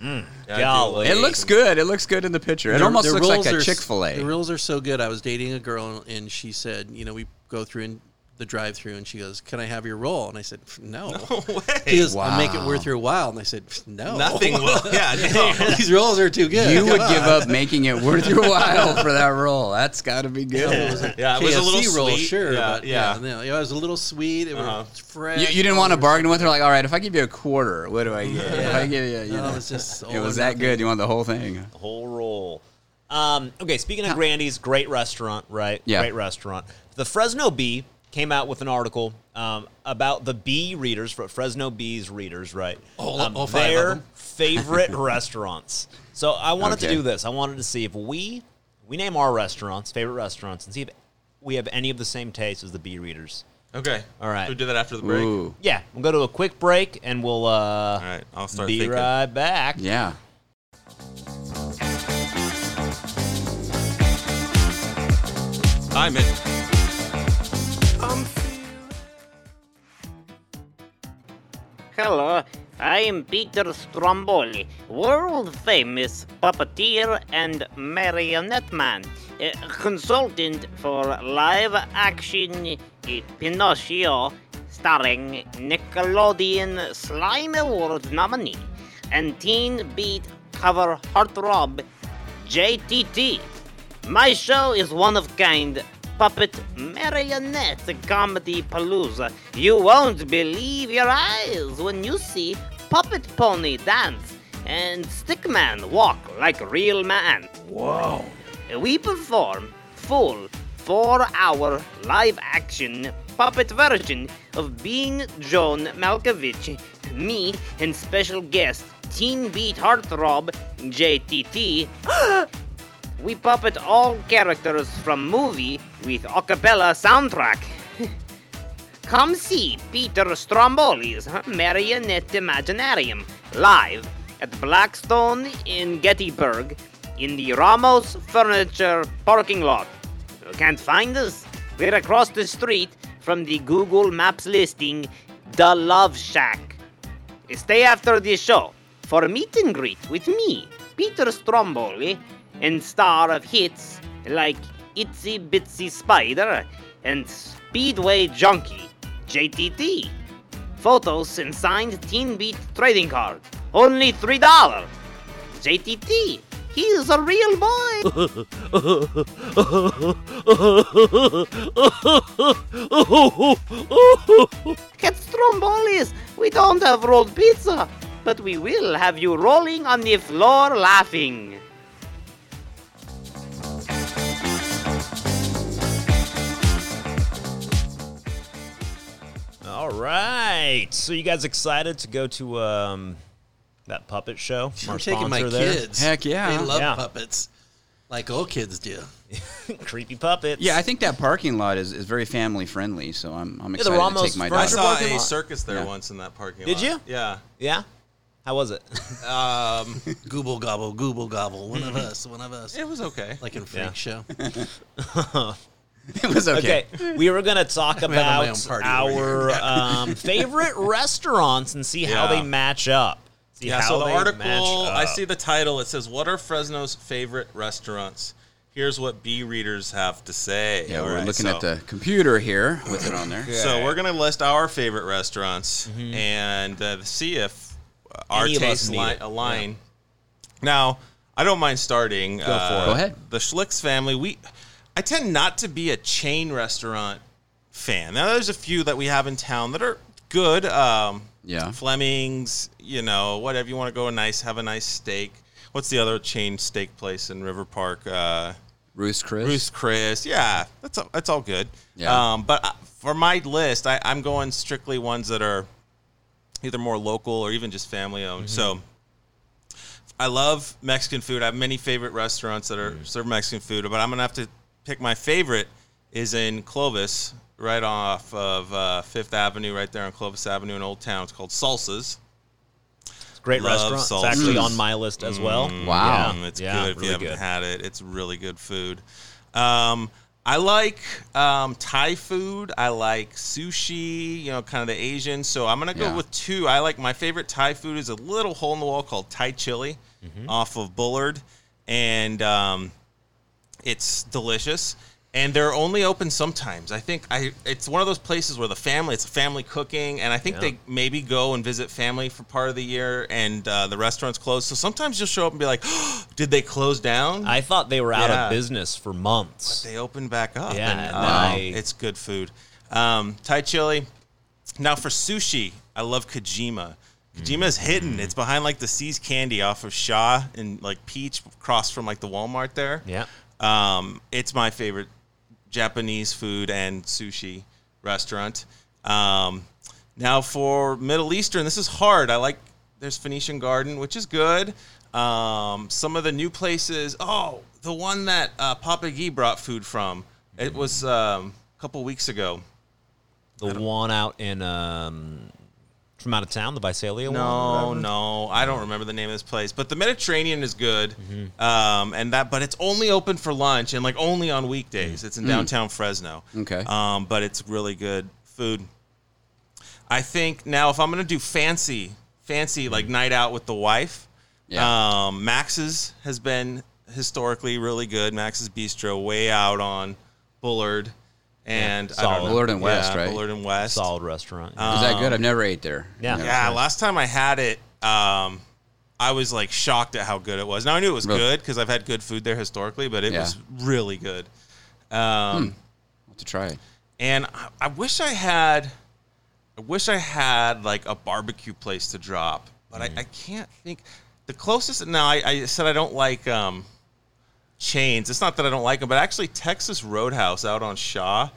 B: Yeah, I do
A: Golly.
B: like-
D: It looks good. It looks good in the picture. It
C: Their-
D: almost
C: their
D: looks like
C: rules are
D: a
C: s-
D: Chick Fil
C: The
D: A.
C: rules are so good. I was dating a girl, and she said, "You know, we go through in the drive-through, and she goes, "Can I have your roll?" And I said, "No." She
B: Way.
C: goes, "I'll make it
D: Wow.
C: worth your while." And I said, "No."
B: Nothing will. Yeah, no.
C: These rolls are too good.
D: You would
C: Come
D: give
C: on.
D: up making it worth your while for that role. That's got to be good.
B: Yeah, it was a little
C: KFC roll,
B: sweet.
C: sure,
B: Yeah,
C: but
B: yeah. Uh-huh.
C: yeah, no, it was a little sweet. It was fresh.
D: You, you didn't want to bargain with her, like, all right, if I give you a quarter, what do I get? If I give you, you
C: No,
D: know,
C: it was just all
D: it was
C: or
D: that
C: nothing.
D: good. You want the whole thing.
A: The whole roll. Um, okay, speaking of Grandy's, great restaurant, right?
D: Yeah.
A: Great restaurant. The Fresno Bee came out with an article um, about the Bee readers, fr- Fresno Bees readers, right?
C: Oh, All-
A: um,
C: all five of
A: their
C: them.
A: favorite restaurants. So I wanted to
D: Okay.
A: do this. I wanted to see if we we name our restaurants, favorite restaurants, and see if we have any of the same tastes as the Bee readers.
B: Okay.
A: All right.
B: We do that after the break.
D: Ooh,
A: Yeah, we'll go to a quick break and we'll uh,
B: All right. I'll start
A: be
B: thinking.
A: right back.
D: yeah.
B: I'm it.
E: Hello, I am Peter Stromboli, world famous puppeteer and marionette man, eh, consultant for live action eh, Pinocchio, starring Nickelodeon Slime Award nominee and teen beat cover heartthrob JTT. My show is one of kind puppet marionette comedy palooza. You won't believe your eyes when you see puppet pony dance and stickman walk like real man. We perform full four-hour live-action puppet version of Bean Joan Malkovich, me and special guest Teen Beat Heartthrob JTT we puppet all characters from movie with a cappella soundtrack. Come see Peter Stromboli's Marionette Imaginarium live at Blackstone in Gettysburg in the Ramos Furniture parking lot. You can't find us? We're across the street from the Google Maps listing The Love Shack. Stay after the show for a meet and greet with me, Peter Stromboli, and star of hits like Itsy Bitsy Spider and Speedway Junkie, JTT. Photos and signed Teen Beat trading card. Only $3. JTT, he is a real boy. Get Stromboli's. We don't have rolled pizza, but we will have you rolling on the floor laughing.
A: All right. So you guys excited to go to um, that puppet show? from
C: I'm
A: our
C: taking my
A: sponsor there?
C: kids.
D: Heck, yeah.
C: They love
A: Yeah.
C: puppets, like all kids do.
A: Creepy puppets.
D: Yeah, I think that parking lot is, is very family friendly, so I'm, I'm
A: the
D: excited to
A: Ramos
D: take my
A: Furniture
B: I
D: daughter.
B: saw
A: parking
B: a
A: lot.
B: circus there
D: Yeah.
B: once in that parking
A: Did
B: lot.
A: you?
B: Yeah.
A: Yeah? How was it?
B: Um,
C: Google gobble, Google gobble. One of us, one of us.
B: it was okay.
C: Like in Freak
A: Yeah.
C: Show.
D: It was okay.
A: Okay. we were going to talk
C: having my own
A: about
C: party over
A: our um, favorite restaurants and see how
B: Yeah.
A: they match up. See
B: Yeah,
A: how
B: so the
A: they
B: article,
A: match up.
B: I see the title. It says, What are Fresno's favorite restaurants? Here's what B readers have to say.
D: Yeah,
B: All
D: we're
B: right,
D: looking
B: so-
D: at the computer here with it on there.
B: So we're going to list our favorite restaurants and uh, see if
A: Mm-hmm.
B: our
A: Any of us
B: tastes
A: need
B: li-
A: it.
B: align. Now, I don't mind starting. Go
A: for it.
D: Go ahead.
B: The Schlicks family. We, I tend not to be a chain restaurant fan. Now, there's a few that we have in town that are good. Um,
D: Yeah.
B: Fleming's. You know, whatever you want to go, nice, have a nice steak. What's the other chain steak place in River Park? Uh,
D: Bruce Chris.
B: Bruce Chris. Yeah, that's all, that's all good.
D: Yeah.
B: Um, but uh, for my list, I, I'm going strictly ones that are either more local or even just family owned. So
D: Mm-hmm.
B: I love Mexican food. I have many favorite restaurants that are
D: Mm.
B: serve Mexican food, but I'm gonna have to pick my favorite is in Clovis, right off of uh, Fifth Avenue, right there on Clovis Avenue in Old Town. It's called Salsas.
A: Great
B: love
A: restaurant. It's
B: salsas.
A: actually on my list as well. Yeah,
D: Wow.
B: Mm, it's
A: yeah,
B: good if
A: really
B: you haven't
A: good.
B: had it. It's really good food. Um, I like um, Thai food. I like sushi. You know, kind of the Asian. So I'm gonna go
D: Yeah.
B: with two. I like my favorite Thai food is a little hole in the wall called Thai chili
A: Mm-hmm.
B: off of Bullard, and um, it's delicious. And they're only open sometimes. I think I it's one of those places where the family it's family cooking, and I think
A: Yeah.
B: they maybe go and visit family for part of the year, and uh, the restaurant's closed. So sometimes you'll show up and be like, "Did they close down?"
A: I thought they were out
B: Yeah.
A: of business for months.
B: They open back up.
A: Yeah,
B: and,
A: and
B: uh,
A: then I-
B: it's good food. Um, Thai chili. Now for sushi, I love Kojima. Kojima's
A: Mm.
B: hidden. It's behind like the Seas Candy off of Shaw and like Peach, across from like the Walmart there.
A: yeah.
B: Um, it's my favorite Japanese food and sushi restaurant. Um, now for Middle Eastern, this is hard. I like there's Phoenician Garden, which is good. Um, some of the new places. Oh, the one that uh, Papa Gee brought food from. It was um, a couple weeks ago.
A: The one out in um, from out of town, the Visalia one.
B: No, no, I don't remember the name of this place, but the Mediterranean is good,
D: Mm-hmm.
B: um, and that, but it's only open for lunch and like only on weekdays. It's in downtown Fresno.
D: Mm. Okay.
B: um, but it's really good food. I think now if I'm gonna do fancy, fancy like night out with the wife,
D: Mm. Yeah.
B: um, Max's has been historically really good. Max's Bistro, way out on Bullard. And I don't
A: solid.
B: know.
D: Bullard and West,
B: Yeah,
D: right?
B: Bullard and West.
A: Solid restaurant.
B: Um,
D: Is that good? I've never ate there.
A: Yeah.
D: Never
B: Yeah,
D: tried.
B: last time I had it, um, I was like shocked at how good it was. Now I knew it was
D: Really?
B: good because I've had good food there historically, but it
D: Yeah.
B: was really good. Um,
D: I'll have to try it.
B: And I, I wish I had, I wish I had like a barbecue place to drop, but I, I can't think. The closest now, I, I said I don't like um, chains. It's not that I don't like them, but actually Texas Roadhouse out on Shaw,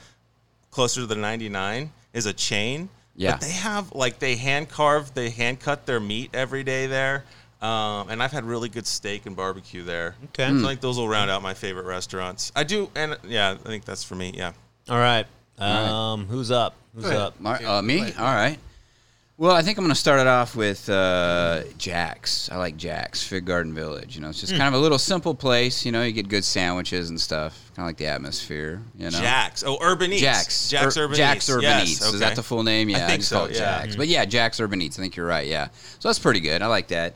B: closer to the 99, is a chain.
D: Yeah.
B: But they have like they hand carve, they hand cut their meat every day there. Um, and I've had really good steak and barbecue there.
A: Okay.
B: So I think those will round out my favorite restaurants. I do, and yeah, I think that's for me. Yeah.
A: All right.
D: right.
A: Um, who's up? Who's
C: ahead.
A: up?
D: Mar- uh, me? All right. Well, I think I'm going to start it off with uh, Jack's. I like Jack's Fig Garden Village. You know, it's just
B: Hmm.
D: kind of a little simple place. You know, you get good sandwiches and stuff. Kind of like the atmosphere. You know,
B: Jax. Oh, Urban Eats.
D: Jack's.
B: Jack's
D: Ur-
B: Urban
D: Jack's
B: Eats.
D: Urban
B: Yes,
D: Eats.
B: okay.
D: Is that the full name? Yeah, I,
B: think
D: just
B: so,
D: call it
B: yeah. Hmm.
D: Jack's. But yeah, Jack's Urban Eats. I think you're right. Yeah. So that's pretty good. I like that.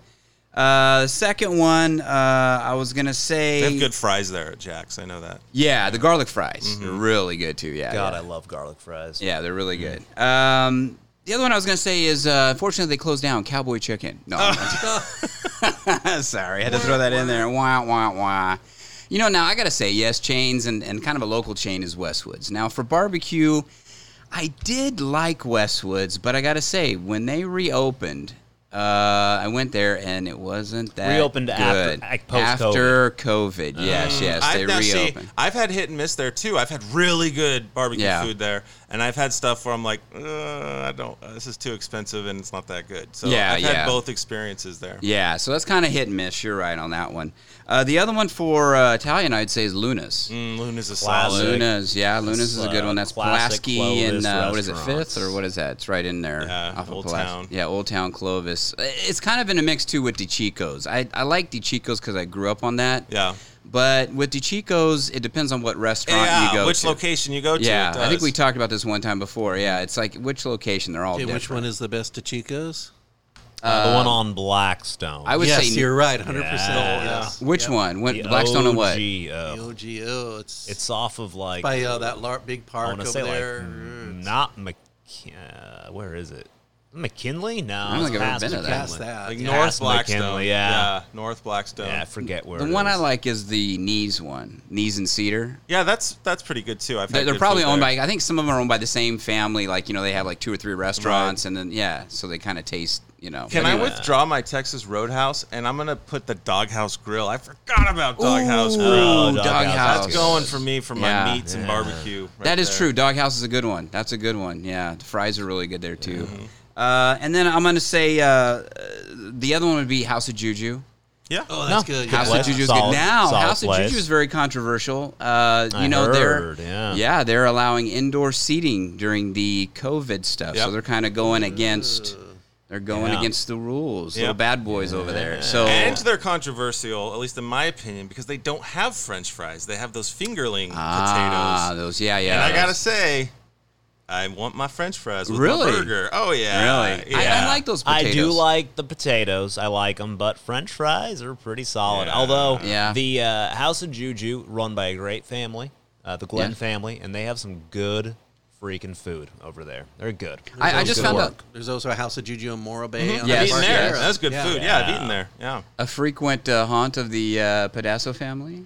D: Uh, the second one, uh, I was going to say.
B: They have good Mm-hmm. fries there at Jack's. I know that.
D: yeah, the garlic fries. They're really good too. Yeah.
A: God,
D: yeah.
A: I love garlic fries.
D: Yeah, they're really good. Um, the other one I was going to say is, uh, unfortunately, they closed down Cowboy Chicken. No, I'm- sorry, I had to throw that in there. Wah wah wah. You know, now I got to say, yes, chains and, and kind of a local chain is Westwoods. Now for barbecue, I did like Westwoods, but I got to say, when they reopened, uh, I went there and it wasn't that
A: Reopened after-
D: good.
A: like, post-COVID.
D: After COVID, yes, yes, they
B: I've, now, see,
D: reopened.
B: I've had hit and miss there too. I've had really good barbecue
D: Yeah.
B: food there, and I've had stuff where I'm like, uh, I don't. This is too expensive, and it's not that good. So
D: Yeah,
B: I've had
D: yeah.
B: both experiences there.
D: Yeah, so that's kind of hit and miss. You're right on that one. Uh, the other one for uh, Italian, I'd say, is Luna's.
B: Mm, Luna's a
A: Classic.
B: solid.
D: Luna's, yeah, Luna's is a good
A: uh,
D: one. That's
A: classic
D: Pulaski
A: Clovis
D: and uh, what is it,
A: restaurant.
D: Fifth or what is that? It's right in there,
B: Yeah,
D: off
B: Old
D: of Pulaski.
B: Town.
D: Yeah, Old Town Clovis. It's kind of in a mix too with DeChico's. I I like DeChico's because I grew up on that.
B: Yeah.
D: But with DeChico's, it depends on what restaurant
B: Yeah,
D: you go
B: which
D: to.
B: location you go to?
D: Yeah,
B: it
D: I think we
B: does.
D: talked about this one time before. Yeah, it's like which location they're all
C: Okay,
D: different.
C: which one is the best of Chico's?
A: Uh, the one on Blackstone.
D: Um, I would
C: yes,
D: say Oh,
C: you're right, 100%.
A: Yeah.
C: Yes.
D: which
C: Yep.
D: one? When,
A: The
D: Blackstone and what?
A: OGO.
C: The OGO. It's,
A: It's off of like
C: by uh, that lar- big
A: I
C: park
A: want to
C: over
A: say
C: there.
A: like mm, not Mc, uh, where is it? McKinley? No,
D: don't
A: it's
D: think I've ever
A: past
D: been to that.
A: McKinley.
C: Past that.
B: Like
C: Yeah.
B: North
A: Past
B: Blackstone.
A: McKinley,
B: yeah.
A: yeah.
B: North Blackstone.
A: Yeah, I
B: Yeah.
A: forget where
D: The
A: it
D: one I
A: is.
D: like is the knees one, knees and cedar.
B: that's that's pretty good too. I've had
D: They're, they're
B: good
D: probably
B: food
D: owned
B: there.
D: by. I think some of them are owned by the same family. Like you know, they have like two or three restaurants, and then yeah, so they kind of taste. You know,
B: Can I
D: Anyway.
B: withdraw my Texas Roadhouse and I'm gonna put the Doghouse Grill? I forgot about Doghouse
D: Ooh,
B: Grill.
A: Doghouse.
D: Doghouse.
B: That's going for me for my
D: Yeah.
B: meats and barbecue. right
D: That is
B: there.
D: true. Doghouse is a good one. That's a good one. Yeah, the fries are really good there too.
B: Mm-hmm.
D: Uh, and then I'm gonna say uh, uh, the other one would be House of Juju.
B: Yeah.
C: Oh, that's
A: No.
C: good.
D: House
C: yeah.
D: of Juju is
A: Solid-
D: good now.
A: solid
D: House of
A: place.
D: Juju is very controversial. Uh, you
A: I
D: know,
A: heard,
D: they're
A: yeah.
D: they're allowing indoor seating during the COVID stuff, so
B: Yep.
D: they're kind of going against. They're going
A: Yeah.
D: against the rules.
B: Yeah.
D: Little bad boys over there. So
B: And they're controversial, at least in my opinion, because they don't have French fries. They have those fingerling
D: ah,
B: potatoes.
D: those yeah yeah.
B: And I
D: those.
B: gotta say, I want my French fries with
D: Really?
B: my burger. Oh yeah,
D: really.
B: Yeah.
D: I, I like those
A: I
D: potatoes.
A: do like the potatoes. I like them, but French fries are pretty solid.
B: Yeah.
A: Although
D: Yeah.
A: the uh, House of Juju, run by a great family, uh, the Glenn
D: Yeah.
A: family, and they have some good freaking food over there. They're good.
D: I, I just
A: Good
D: found
A: work.
D: out
C: There's also a House of Juju in Morro Bay.
B: I've
C: on
D: Yes.
C: the
B: eaten
C: park.
B: there.
D: yes.
B: That's good food. Yeah, I've eaten there. Yeah.
D: a frequent uh, haunt of the uh, Pedasso family,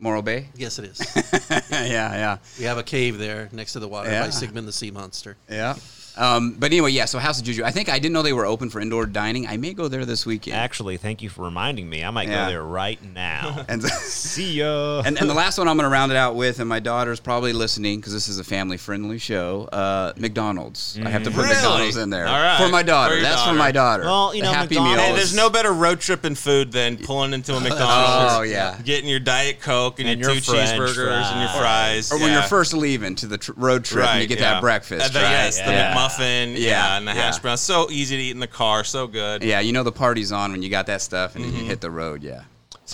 D: Morro Bay.
C: Yes, it is.
D: yeah, yeah.
C: we have a cave there next to the water
D: Yeah.
C: by Sigmund the Sea Monster.
D: Yeah. Um, but anyway, yeah. So House of Juju. I think I didn't know they were open for indoor dining. I may go there this weekend.
A: Actually, thank you for reminding me. I might
D: Yeah.
A: go there right now.
D: and,
A: See ya.
D: and and the last one I'm going to round it out with, and my daughter's probably listening because this is a family friendly show. Uh, McDonald's. I have to put
B: Really?
D: McDonald's in there
B: All right.
D: for my
B: For
D: daughter.
B: your
D: That's for
B: daughter.
D: my daughter.
A: Well, you
D: The
A: know,
D: Happy
A: McDonald's-
D: Meal
B: Hey, there's
D: is-
B: no better road trip in food than pulling into a McDonald's,
D: Oh yeah.
B: getting your diet coke and,
A: And
B: your,
A: your
B: two
A: French
B: cheeseburgers and your fries,
D: Or when you're
B: Yeah.
D: first leaving to the tr- road trip, and you get
B: yeah.
D: that breakfast.
B: Uh, the-
D: right?
B: Yes, the
A: Yeah.
B: McMuffin, yeah,
D: Yeah,
B: and the hash
D: yeah.
B: brown. So easy to eat in the car, so good.
D: Yeah, you know the party's on when you got that stuff and then you hit the road. Yeah.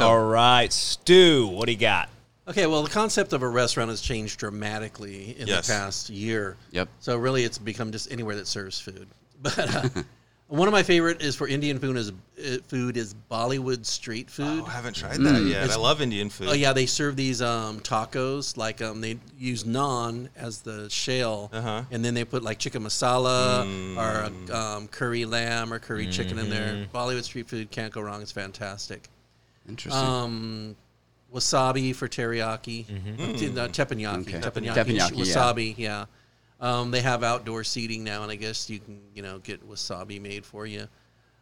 A: All right, Stu, what do you got?
C: Okay, well, the concept of a restaurant has changed dramatically in
B: Yes.
C: the past year.
D: Yep.
C: So really, it's become just anywhere that serves food. But uh, one of my favorite is for Indian food is uh, food is Bollywood street food.
B: Oh, I haven't tried
D: Mm,
B: that yet. I love Indian food.
C: Oh yeah, they serve these um, tacos. Like um, they use naan as the shell,
B: Uh-huh.
C: and then they put like chicken masala or um, curry lamb or curry chicken in there. Bollywood street food can't go wrong. It's fantastic.
D: Interesting.
C: Um, wasabi for teriyaki, mm uh, teppanyaki,
D: Okay.
C: teppanyaki,
D: Teppanyaki, yeah.
C: wasabi. Yeah, Um, they have outdoor seating now, and I guess you can you know get wasabi made for you.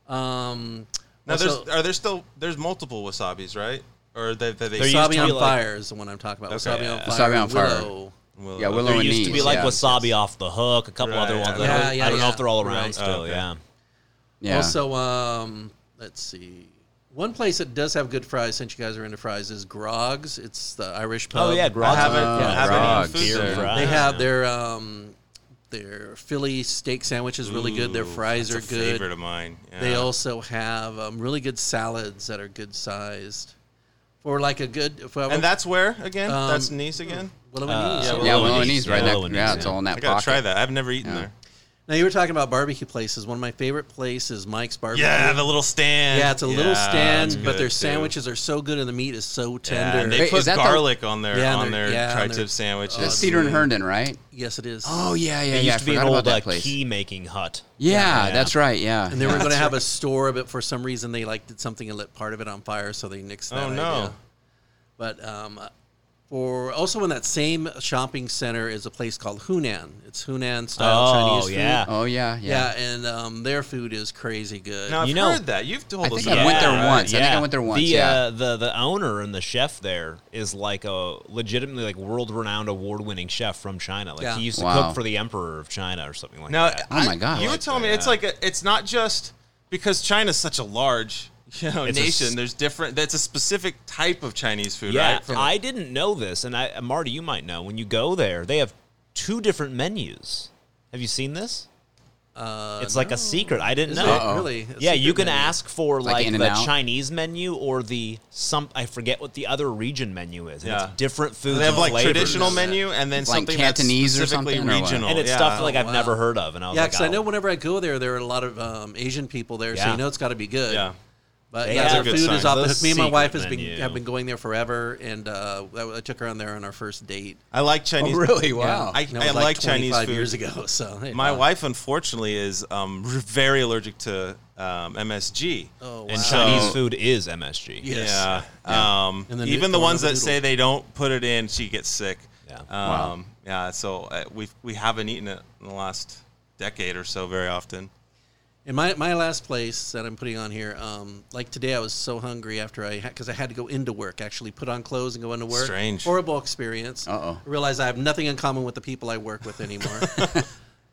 C: Um,
B: Now,
C: also-
B: there's are there still there's multiple wasabis, right? Or they
A: There
B: they, they
A: used to
C: wasabi on
A: be like-
C: fire is the one I'm talking about.
B: Okay.
C: Wasabi on
D: Wasabi
C: fire.
D: on fire.
C: Willow.
B: Well,
D: yeah,
B: uh,
D: Willow
A: There
D: and
A: used to be
D: Knees,
A: like
D: yeah.
A: wasabi off the hook, a couple
B: Right,
A: other ones. I
B: yeah,
A: don't,
C: yeah,
A: I don't know
C: yeah.
A: if they're all around
C: Right. Oh,
A: still.
B: Okay.
A: Yeah.
D: Yeah.
C: Also, um, let's see. One place that does have good fries, since you guys are into fries, is Grog's. It's the Irish pub.
A: Oh yeah,
B: I
A: Grog's
B: haven't,
A: is
D: Yeah,
B: I haven't
D: Grog's.
B: eaten food
A: Deer
B: there.
A: fry.
C: uh, They
A: Ah.
C: have their um, their Philly steak sandwich is really good. Their
B: Ooh,
C: fries
B: that's
C: are
B: a
C: good.
B: Favorite of mine. Yeah.
C: They also have um, really good salads that are good sized for like a good. For,
B: and that's where again?
C: Um,
B: that's Nice again.
C: Willow and
A: Uh,
C: Ease.
B: yeah,
D: yeah,
B: Willow
D: Willow
B: and
D: and
A: Knees,
D: Knees, right?
A: yeah.
D: That-
A: Willow and
D: yeah,
A: Knees,
D: it's
A: yeah.
D: all in
B: I
D: that
B: gotta
D: pocket.
B: try that. I've never eaten
D: Yeah.
B: there.
C: Now you were talking about barbecue places. One of my favorite places, Mike's Barbecue.
B: Yeah, the little stand.
C: Yeah, it's a little
B: Yeah, it's
C: stand,
B: good
C: but their
B: too.
C: sandwiches are so good and the meat is so
B: Yeah,
C: tender.
B: and they
D: Wait,
B: put
D: is that the-
B: garlic on their
C: Yeah, and
B: on
C: their-
B: their
C: yeah, on
B: tri-tip
C: their-
B: sandwiches.
D: That's Cedar and Herndon, right?
C: yes, it is.
D: Oh yeah, yeah,
A: It
D: yeah.
A: used to be
D: I
A: an
D: forgot about
A: old uh,
D: that place.
A: key making hut.
D: yeah,
A: Yeah.
D: that's right. Yeah.
C: And they
D: yeah.
C: were going to have a store, but for some reason they like did something and lit part of it on fire, so they nixed that.
B: Oh, no.
C: idea. But um, for also in that same shopping center is a place called Hunan. It's Hunan style
A: Oh,
C: Chinese food.
A: yeah.
D: Oh yeah,
C: yeah,
D: yeah.
C: and um, their food is crazy good.
B: Now I've
A: You know-
B: heard that. You've told
D: I
B: us.
D: think
B: about
D: I went
B: that,
D: there
B: right?
D: once. I think I went there once,
A: The,
D: yeah.
A: uh, the the owner and the chef there is like a legitimately like world renowned award winning chef from China. Like
C: Yeah.
A: he used to
D: Wow.
A: cook for the emperor of China or something like
B: Now,
A: that.
D: Oh my God.
B: You were
D: Like
B: telling me
A: that,
B: it's like a, it's not just because China's such a large you know,
A: It's a
B: nation.
A: s-
B: There's different. That's a specific type of Chinese food,
A: Yeah,
B: right? From-
A: I didn't know this, and I Marty, you might know. When you go there, they have two different menus. Have you seen this?
C: Uh,
A: It's like a secret. I didn't
C: is
A: know.
C: it really? A
A: Yeah, you can
C: secret menu.
A: ask for
D: Like
A: like,
D: In 'N
A: the
D: Out?
A: Chinese menu or the some I forget what the other region menu is. And
B: Yeah.
A: It's different foods.
B: they have
A: and
B: like
A: flavors.
B: traditional menu and then
D: It's like
B: something
D: Cantonese or
B: that's specifically
D: something, or what?
B: regional.
A: and it's
B: yeah.
A: stuff like I've
C: wow.
A: never heard of. And I was
C: Yeah,
A: like,
C: because I
A: oh.
C: know whenever I go there, there are a lot of um, Asian people there, so
A: Yeah.
C: you know it's got to be good.
B: Yeah.
C: But
A: They
C: yeah,
A: have
C: their
B: a good
C: food is
B: sign.
C: off the
A: The
C: hook. Me and my wife has
A: secret
C: been
A: menu.
C: have been going there forever, and uh, I I took her on there on our first date.
B: I like Chinese.
D: Oh, really? Wow.
B: I,
C: And that
B: I
C: was
B: like Chinese
C: 25
B: food.
C: years ago. So hey,
B: My
C: wow.
B: wife, unfortunately, is um, r- very allergic to um, MSG.
C: Oh,
A: And
C: wow.
A: Chinese
B: So-
A: food is MSG.
C: Yes.
B: Yeah. Um,
C: And the
B: even
C: noo-
B: the
C: the one
B: ones
C: with
B: that
C: the
B: say
C: noodles.
B: they don't put it in, she gets sick.
A: Yeah.
B: Um,
D: Wow.
B: Yeah. So uh, we we haven't eaten it in the last decade or so very often.
C: And my, my last place that I'm putting on here, um, like today I was so hungry after I, because I had to go into work, actually put on clothes and go into work.
B: Strange.
C: Horrible experience.
D: Uh-oh.
C: I realized I have nothing in common with the people I work with anymore.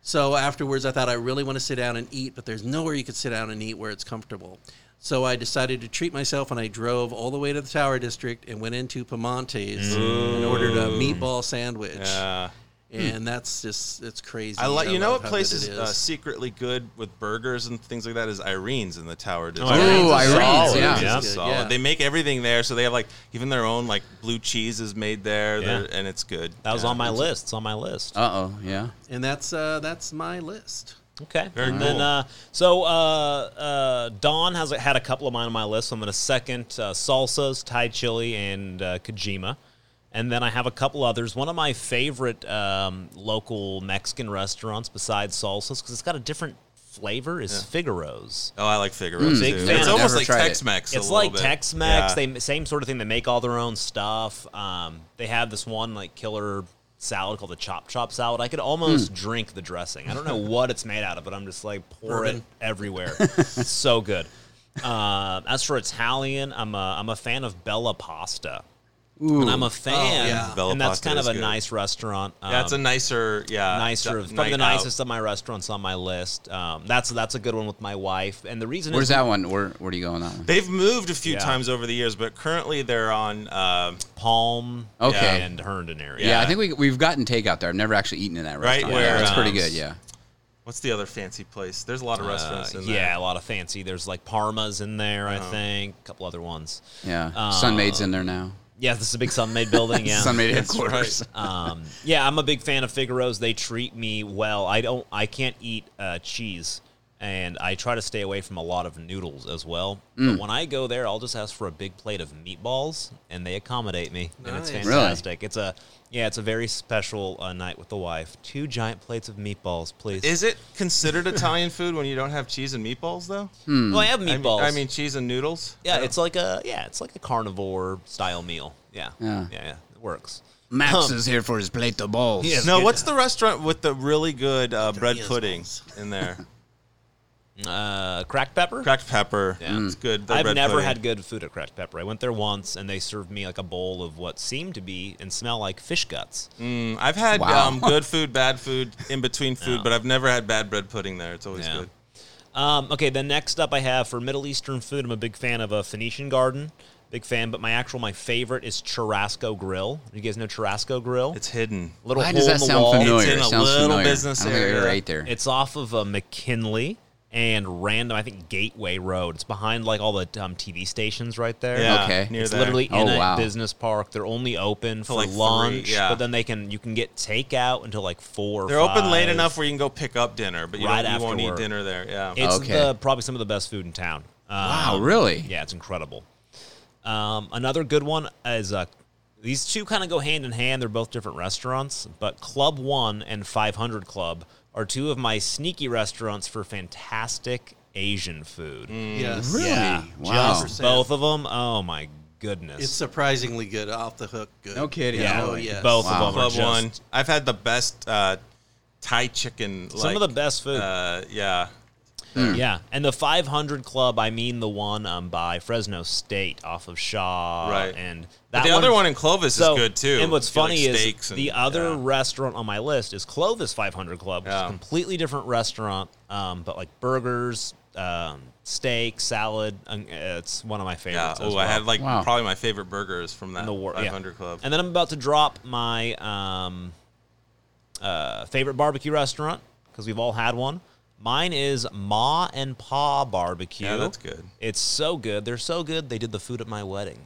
C: so afterwards I thought I really want to sit down and eat, but there's nowhere you could sit down and eat where it's comfortable. So I decided to treat myself and I drove all the way to the
B: Mm.
C: Tower District and went into Pamonte's and ordered a meatball sandwich.
B: Uh,
C: and that's just it's crazy.
B: I like
C: how-
B: you know what
C: how good
B: place
C: it
B: is uh, secretly good with burgers and things like that is Irene's in the Tower District.
A: Oh, Irene's
D: Ooh,
A: is
D: Irene's,
A: solid.
D: yeah.
B: It's
C: Yeah.
B: solid.
C: Yeah.
B: They make everything there, so they have like even their own like blue cheese is made there,
A: Yeah.
B: they're- and it's good.
A: That was
B: Yeah.
A: on my list. It's on my list.
D: Uh oh, yeah.
C: and that's uh, that's my list.
A: Okay.
B: Very
A: and then,
B: cool.
A: uh, so uh, uh, Don has had a couple of mine on my list. So I'm going to second uh, salsas, Thai chili, and uh, Kojima. And then I have a couple others. One of my favorite um, local Mexican restaurants besides salsas, because it's got a different flavor, is Figaro's.
B: Oh, I like Figaro's
A: Big
B: too.
A: fan.
B: It's
A: I've
B: almost
D: never
B: like
D: tried it.
B: Tex-Mex. a
A: it's
B: little
A: like
B: bit.
A: Tex-Mex.
B: Yeah.
A: They same sort of thing. They make all their own stuff. Um, they have this one like killer salad called the Chop Chop salad. I could
C: Hmm.
A: almost drink the dressing. I don't know what it's made out of, but I'm just like pour it
C: Bourbon.
A: everywhere. It's so good. Uh, as for Italian, I'm a, I'm a fan of Bella Pasta. And I'm a fan,
C: Oh, yeah.
B: Bella
A: and that's
B: Pasta
A: kind of
B: is
A: a
B: good.
A: nice restaurant.
B: Yeah, it's a
A: Um,
B: nicer, yeah,
A: nicer,
B: d-
A: of probably the
B: night out.
A: nicest of my restaurants on my list. Um, that's that's a good one with my wife, and the reason is
D: Where's that one? Where Where do you go on that one?
B: They've moved a few
A: Yeah.
B: times over the years, but currently they're on. Uh,
A: Palm,
D: Okay.
A: and Herndon area.
D: Yeah, I
B: Yeah.
D: think we we've gotten takeout there. I've never actually eaten in that
B: Right
D: restaurant.
B: where,
D: yeah, it's pretty
B: um,
D: good. Yeah.
B: what's the other fancy place? There's a lot of restaurants
A: Uh,
B: in
A: yeah,
B: there. Uh-huh.
A: a lot of fancy. There's like Parmas in there, I think. A couple other ones.
D: Yeah.
A: uh,
D: Sunmaid's in there now.
A: Yeah, this is a big Sunmaid building. Yeah.
D: Sunmaid headquarters.
A: Um, yeah, I'm a big fan of Figaro's. They treat me well. I don't. I can't eat uh, cheese, and I try to stay away from a lot of noodles as well.
D: Mm.
A: But when I go there, I'll just ask for a big plate of meatballs, and they accommodate me, and it's
C: Nice.
D: Really?
A: fantastic. It's a yeah, it's a very special uh, night with the wife. Two giant plates of meatballs, please.
B: Is it considered Italian food when you don't have cheese and meatballs though?
D: Hmm.
A: well, I have
B: I mean-
A: Hmm. meatballs.
B: I mean, cheese and noodles.
A: Yeah, it's like a yeah, it's like a carnivore style meal. Yeah,
D: Yeah.
A: yeah, yeah. It works.
D: Max
A: Um,
D: is here for his plate of balls.
A: Yeah.
B: No,
A: good.
B: what's the restaurant with the really good uh, bread
C: Tortillas
B: pudding
C: balls.
B: in there?
A: Uh, cracked pepper.
B: Cracked pepper.
A: Yeah.
B: It's good. The
A: I've
B: bread
A: never
B: pudding.
A: had good food at Cracked Pepper. I went there once, and they served me like a bowl of what seemed to be and smell like fish guts.
B: Mm, I've had
D: Wow.
B: um, good food, bad food, in between food,
A: Yeah.
B: but I've never had bad bread pudding there. It's always
A: Yeah.
B: good.
A: Um, okay, then next up, I have for Middle Eastern food. I'm a big fan of a Phoenician Garden, big fan. But my actual my favorite is Churrasco Grill. You guys know Churrasco Grill?
B: It's hidden.
A: little
D: Why
A: hole
D: does that
A: in the
D: sound
A: wall.
D: familiar?
B: It's in
D: It
B: a
D: sounds
B: little
D: familiar.
B: business
D: I don't think I ever
B: area.
D: ate there.
A: It's off of uh, McKinley and random, I think Gateway Road. It's behind like all the um, TV stations right there.
B: Yeah,
D: Okay.
B: Near
A: It's
B: there.
A: literally
D: Oh,
A: in a
D: wow.
A: business park. They're only open for
B: like, three,
A: lunch,
B: yeah.
A: but then they can you can get takeout until like four. or
B: They're open late
A: five.
B: enough where you can go pick up dinner, but you,
A: Right
B: don't, you won't
A: after
B: eat
A: work.
B: dinner there. Yeah.
A: It's
D: Okay.
A: the, probably some of the best food in town. Um,
D: wow, really?
A: Yeah, it's incredible. Um, another good one is uh, these two kind of go hand in hand. They're both different restaurants, but Club One and 500 Club are two of my sneaky restaurants for fantastic Asian food.
B: Mm.
C: Yes,
D: Really?
A: Yeah,
D: Wow.
A: just both of them. Oh my goodness.
C: it's surprisingly good, off the hook good.
D: No kidding.
A: yeah,
C: oh, yes.
A: both
D: Wow.
A: of them are
B: Club
A: just
B: one. I've had the best uh, Thai chicken.
A: some of the best food.
B: Uh, yeah.
A: Yeah, and the 500 Club. I mean the one um, by Fresno State off of Shaw.
B: Right.
A: and
B: But
A: that
B: the other one in Clovis
A: so-
B: is good too.
A: And what's
B: You get, like,
A: funny is
B: steaks and-
A: the other
B: yeah.
A: restaurant on my list is Clovis 500 Club, which is
B: Yeah.
A: a completely different restaurant, um, but like burgers, um, steak, salad. Um, it's one of my
B: Yeah.
A: favorites.
B: Oh,
A: as
B: I
A: well.
B: had like
D: Wow.
B: probably my favorite burger is from that
A: in the war. yeah.
B: 500 Club.
A: And then I'm about to drop my um, uh, favorite barbecue restaurant because we've all had one. Mine is Ma and Pa Barbecue.
B: Yeah, that's good.
A: It's so good. They're so good. They did the food at my wedding.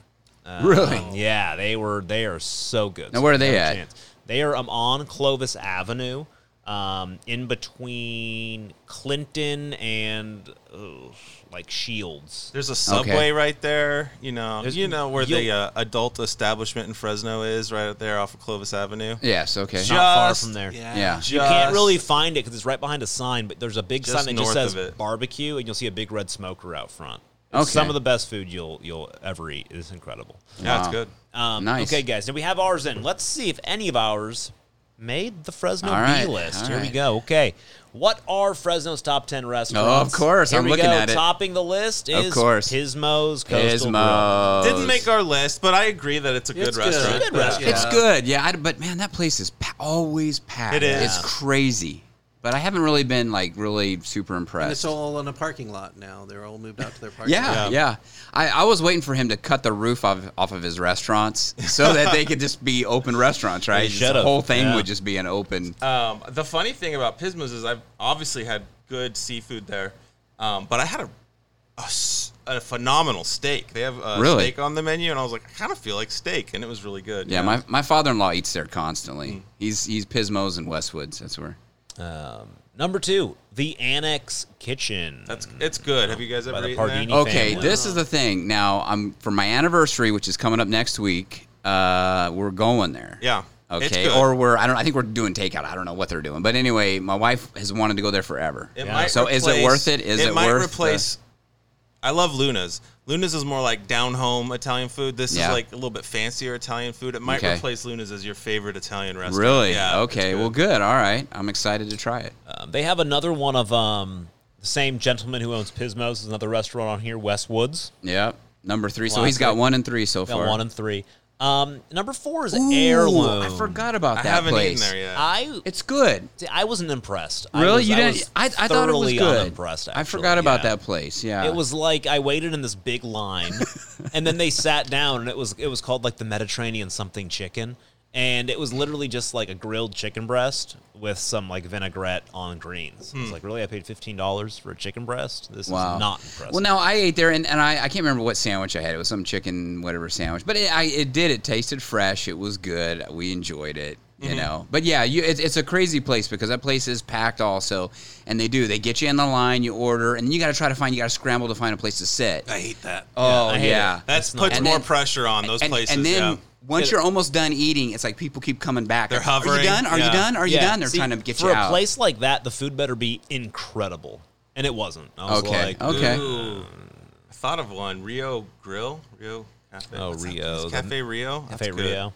D: Really?
A: Yeah, they were. They are so good.
D: Now, where are they
A: Have a
D: at?
A: They are um, on Clovis Avenue, um, in between Clinton and ugh, like Shields.
B: There's a subway right there. You know,
A: There's-
B: you know where the
A: you'll-
B: uh, adult establishment in Fresno is, right out there off of Clovis Avenue.
D: Yes. Okay.
B: Ju-
A: Not far
B: Just-
A: from there.
C: Yeah.
D: yeah.
A: You can't
B: Just-
A: really find it because it's right behind a sign, but there's a big
B: Just
A: sign that just
B: north
A: says
B: of it.
A: barbecue, and you'll see a big red smoker out front. It's
D: Okay.
A: Some of the best food you'll you'll ever eat. It's incredible.
B: Yeah, it's
D: Wow.
B: good.
A: Um,
D: Nice.
A: Okay, guys, now we have ours in. Let's see if any of ours made the Fresno
D: All right,
A: B list.
D: all
A: Here we
D: right.
A: go. Okay, what are Fresno's top ten restaurants?
D: Oh, course,
A: Here
D: I'm
A: we
D: looking
A: go.
D: at it.
A: Topping the list
D: Of
A: is
D: course.
A: Pismo's Coastal Grill.
D: Pismo.
B: Didn't make our list, but I agree that it's a good
C: It's good.
B: restaurant.
C: It's a good
B: Yeah.
C: restaurant.
D: It's
C: Yeah.
D: good. Yeah. I, but man, that place is pa- always packed.
B: It is.
D: It's crazy. But I haven't really been like really super
C: And
D: impressed.
C: it's all in a parking lot now. They're all moved out to their parking lot.
D: Yeah, yeah.
B: Yeah.
D: I, I was waiting for him to cut the roof off, off of his restaurants so that they could just be open restaurants, right? Just
A: should've,
D: the whole thing
A: yeah.
D: would just be an open.
B: Um, the funny thing about Pismo's is I've obviously had good seafood there, um, but I had a, a s- a phenomenal steak. They have a
D: Really?
B: steak on the menu, and I was like, I kind of feel like steak, and it was really good.
D: Yeah, my, my father in law eats there constantly. He's he's Pismo's and Westwoods. That's where.
A: Number two, the Annex Kitchen.
B: that's it's good. Have you guys
A: By
B: ever
A: the
B: eaten
A: Pardini.
B: there? Oh,
D: Okay,
A: family.
D: this is the thing. Now I'm for my anniversary, which is coming up next week. Uh, we're going there.
B: Yeah, it's
D: Okay.
B: good.
D: Or we're I don't I think we're doing takeout. I don't know what they're doing, but anyway, my wife has wanted to go there forever.
B: It
A: Yeah.
B: might
D: So is it worth it?
B: replace-
D: Is it
B: might
D: worth
B: replace? I love Luna's. Luna's is more like down home Italian food. This
D: Yeah.
B: is like a little bit fancier Italian food. It might
D: Okay.
B: replace Luna's as your favorite Italian restaurant.
D: Really?
B: Yeah, it's
D: okay.
B: good.
D: Well, good. All right. I'm excited to try it.
A: Um, they have another one of um, the same gentleman who owns Pismo's. Is another restaurant on here, Westwoods.
D: Yep. Number three. So
A: Well,
D: he's got
A: okay.
D: one and three so
A: Got
D: far.
A: one and three. Um, number four is
D: Ooh,
A: Heirloom.
D: I forgot about
B: I
D: that
B: haven't eaten
D: place.
B: there yet.
A: I
D: It's good.
A: See, I wasn't impressed. I
D: Really?
A: was,
D: you
A: I
D: didn't?
A: was
D: I, I thought it was
A: thoroughly
D: good.
A: Unimpressed.
D: I
A: actually,
D: forgot about
A: yeah.
D: that place. Yeah.
A: It was like I waited in this big line, and then they sat down, and it was it was called like the Mediterranean something chicken, and it was literally just like a grilled chicken breast with some like vinaigrette on greens. It's like really, I paid fifteen dollars for a chicken breast. This
D: Hmm. Wow.
A: is not impressive.
D: Well, no, I ate there, and, and I, I can't remember what sandwich I had. It was some chicken, whatever sandwich. But it, I, it did. It tasted fresh. It was good. We enjoyed it,
A: Mm-hmm.
D: you know. But yeah, you, it, it's a crazy place because that place is packed also. And they do. They get you in the line, you order, and then you got to try to find, you got to scramble to find a place to sit.
C: I hate that.
D: oh,
A: I
D: yeah.
A: hate it.
B: That's
A: That's not-
B: puts
D: And
B: more
D: then-
B: pressure on those
D: and,
B: places.
D: and then
B: yeah.
D: once you're almost done eating, it's like people keep coming back.
B: They're
D: Are
B: hovering,
D: you done? Are you
B: yeah.
D: done? Are you
A: Yeah,
D: done? They're
A: see,
D: trying to get
A: for
D: you
A: a
D: out.
A: place like that. The food better be incredible, and it wasn't. I was
D: Okay,
A: like,
D: okay.
B: Ooh. I thought of one. Rio Grill. Rio Cafe.
A: Oh,
B: what's that
A: Rio,
B: place?
A: the-
B: Cafe Rio. That's
A: Cafe
B: good.
A: Rio.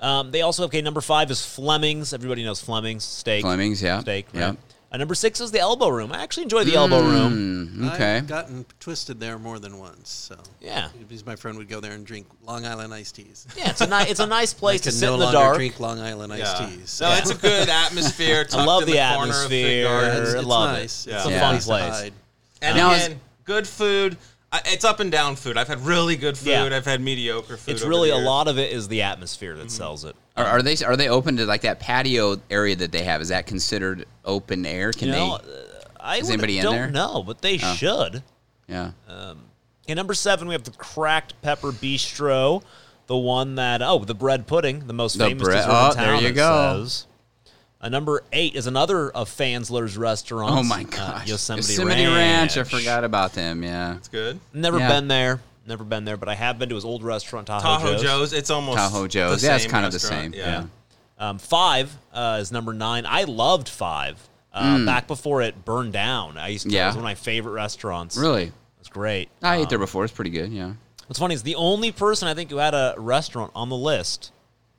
A: Um, they also okay. Number five is Fleming's. Everybody knows Fleming's steak.
D: Fleming's, yeah,
A: steak. Right?
D: yeah.
A: Uh, number six is the Elbow Room. I actually enjoy the
D: Mm.
A: Elbow Room.
D: Mm-hmm. Okay.
C: I've gotten twisted there more than once. So
A: Yeah.
C: Because my friend would go there and drink Long Island iced teas.
A: Yeah, it's a ni- it's a nice place
C: I
A: to
C: can
A: sit
C: no
A: in the
C: longer
A: dark.
C: drink Long Island iced
B: Yeah.
C: teas.
B: No, it's a good atmosphere. tucked
A: love
B: in the,
A: the
B: corner of the
A: atmosphere.
B: garden.
C: it's, it's
A: Love it.
C: nice.
B: Yeah.
C: It's a
D: Yeah.
C: fun
A: Fun
C: place.
A: place.
C: To hide.
B: And
D: Now is-
B: again, good food. I, it's up and down food. I've had really good food.
A: Yeah.
B: I've had mediocre food.
A: It's
B: over Mm-hmm.
A: really
B: the
A: a
B: years.
A: lot of it is the atmosphere that sells it.
D: Are, are they are they open to like that patio area that they have? Is that considered open air? Can
A: You know,
D: they?
A: uh, I
D: Is
A: would-
D: anybody in
A: don't
D: there? Oh.
A: know, but they should.
D: Yeah.
A: Okay, number seven, we have the Cracked Pepper Bistro, the one that oh, the bread pudding, the most
D: The
A: famous
D: bread-
A: dessert
D: oh,
A: in town.
D: there you
A: it
D: go.
A: says. Uh, number eight is another of Fansler's restaurants.
D: oh my
A: uh,
D: gosh.
A: Yosemite,
D: Yosemite
A: Ranch.
D: Ranch. I forgot about them. Yeah.
B: It's good.
A: Never
D: Yeah.
A: been there. Never been there, but I have been to his old restaurant, Tahoe,
B: Tahoe Joe's. It's almost
D: Tahoe
B: the
D: Joe's. Yeah, it's
B: same
D: kind of the
B: restaurant.
D: same. Yeah.
A: Um, five uh, is number nine. I loved Five uh, back before it burned down. I used to. It
D: Hmm. Yeah.
A: was one of my favorite restaurants.
D: Really.
A: it's great.
D: I ate there
A: Um,
D: before. It's pretty good. Yeah.
A: What's funny is the only person I think who had a restaurant on the list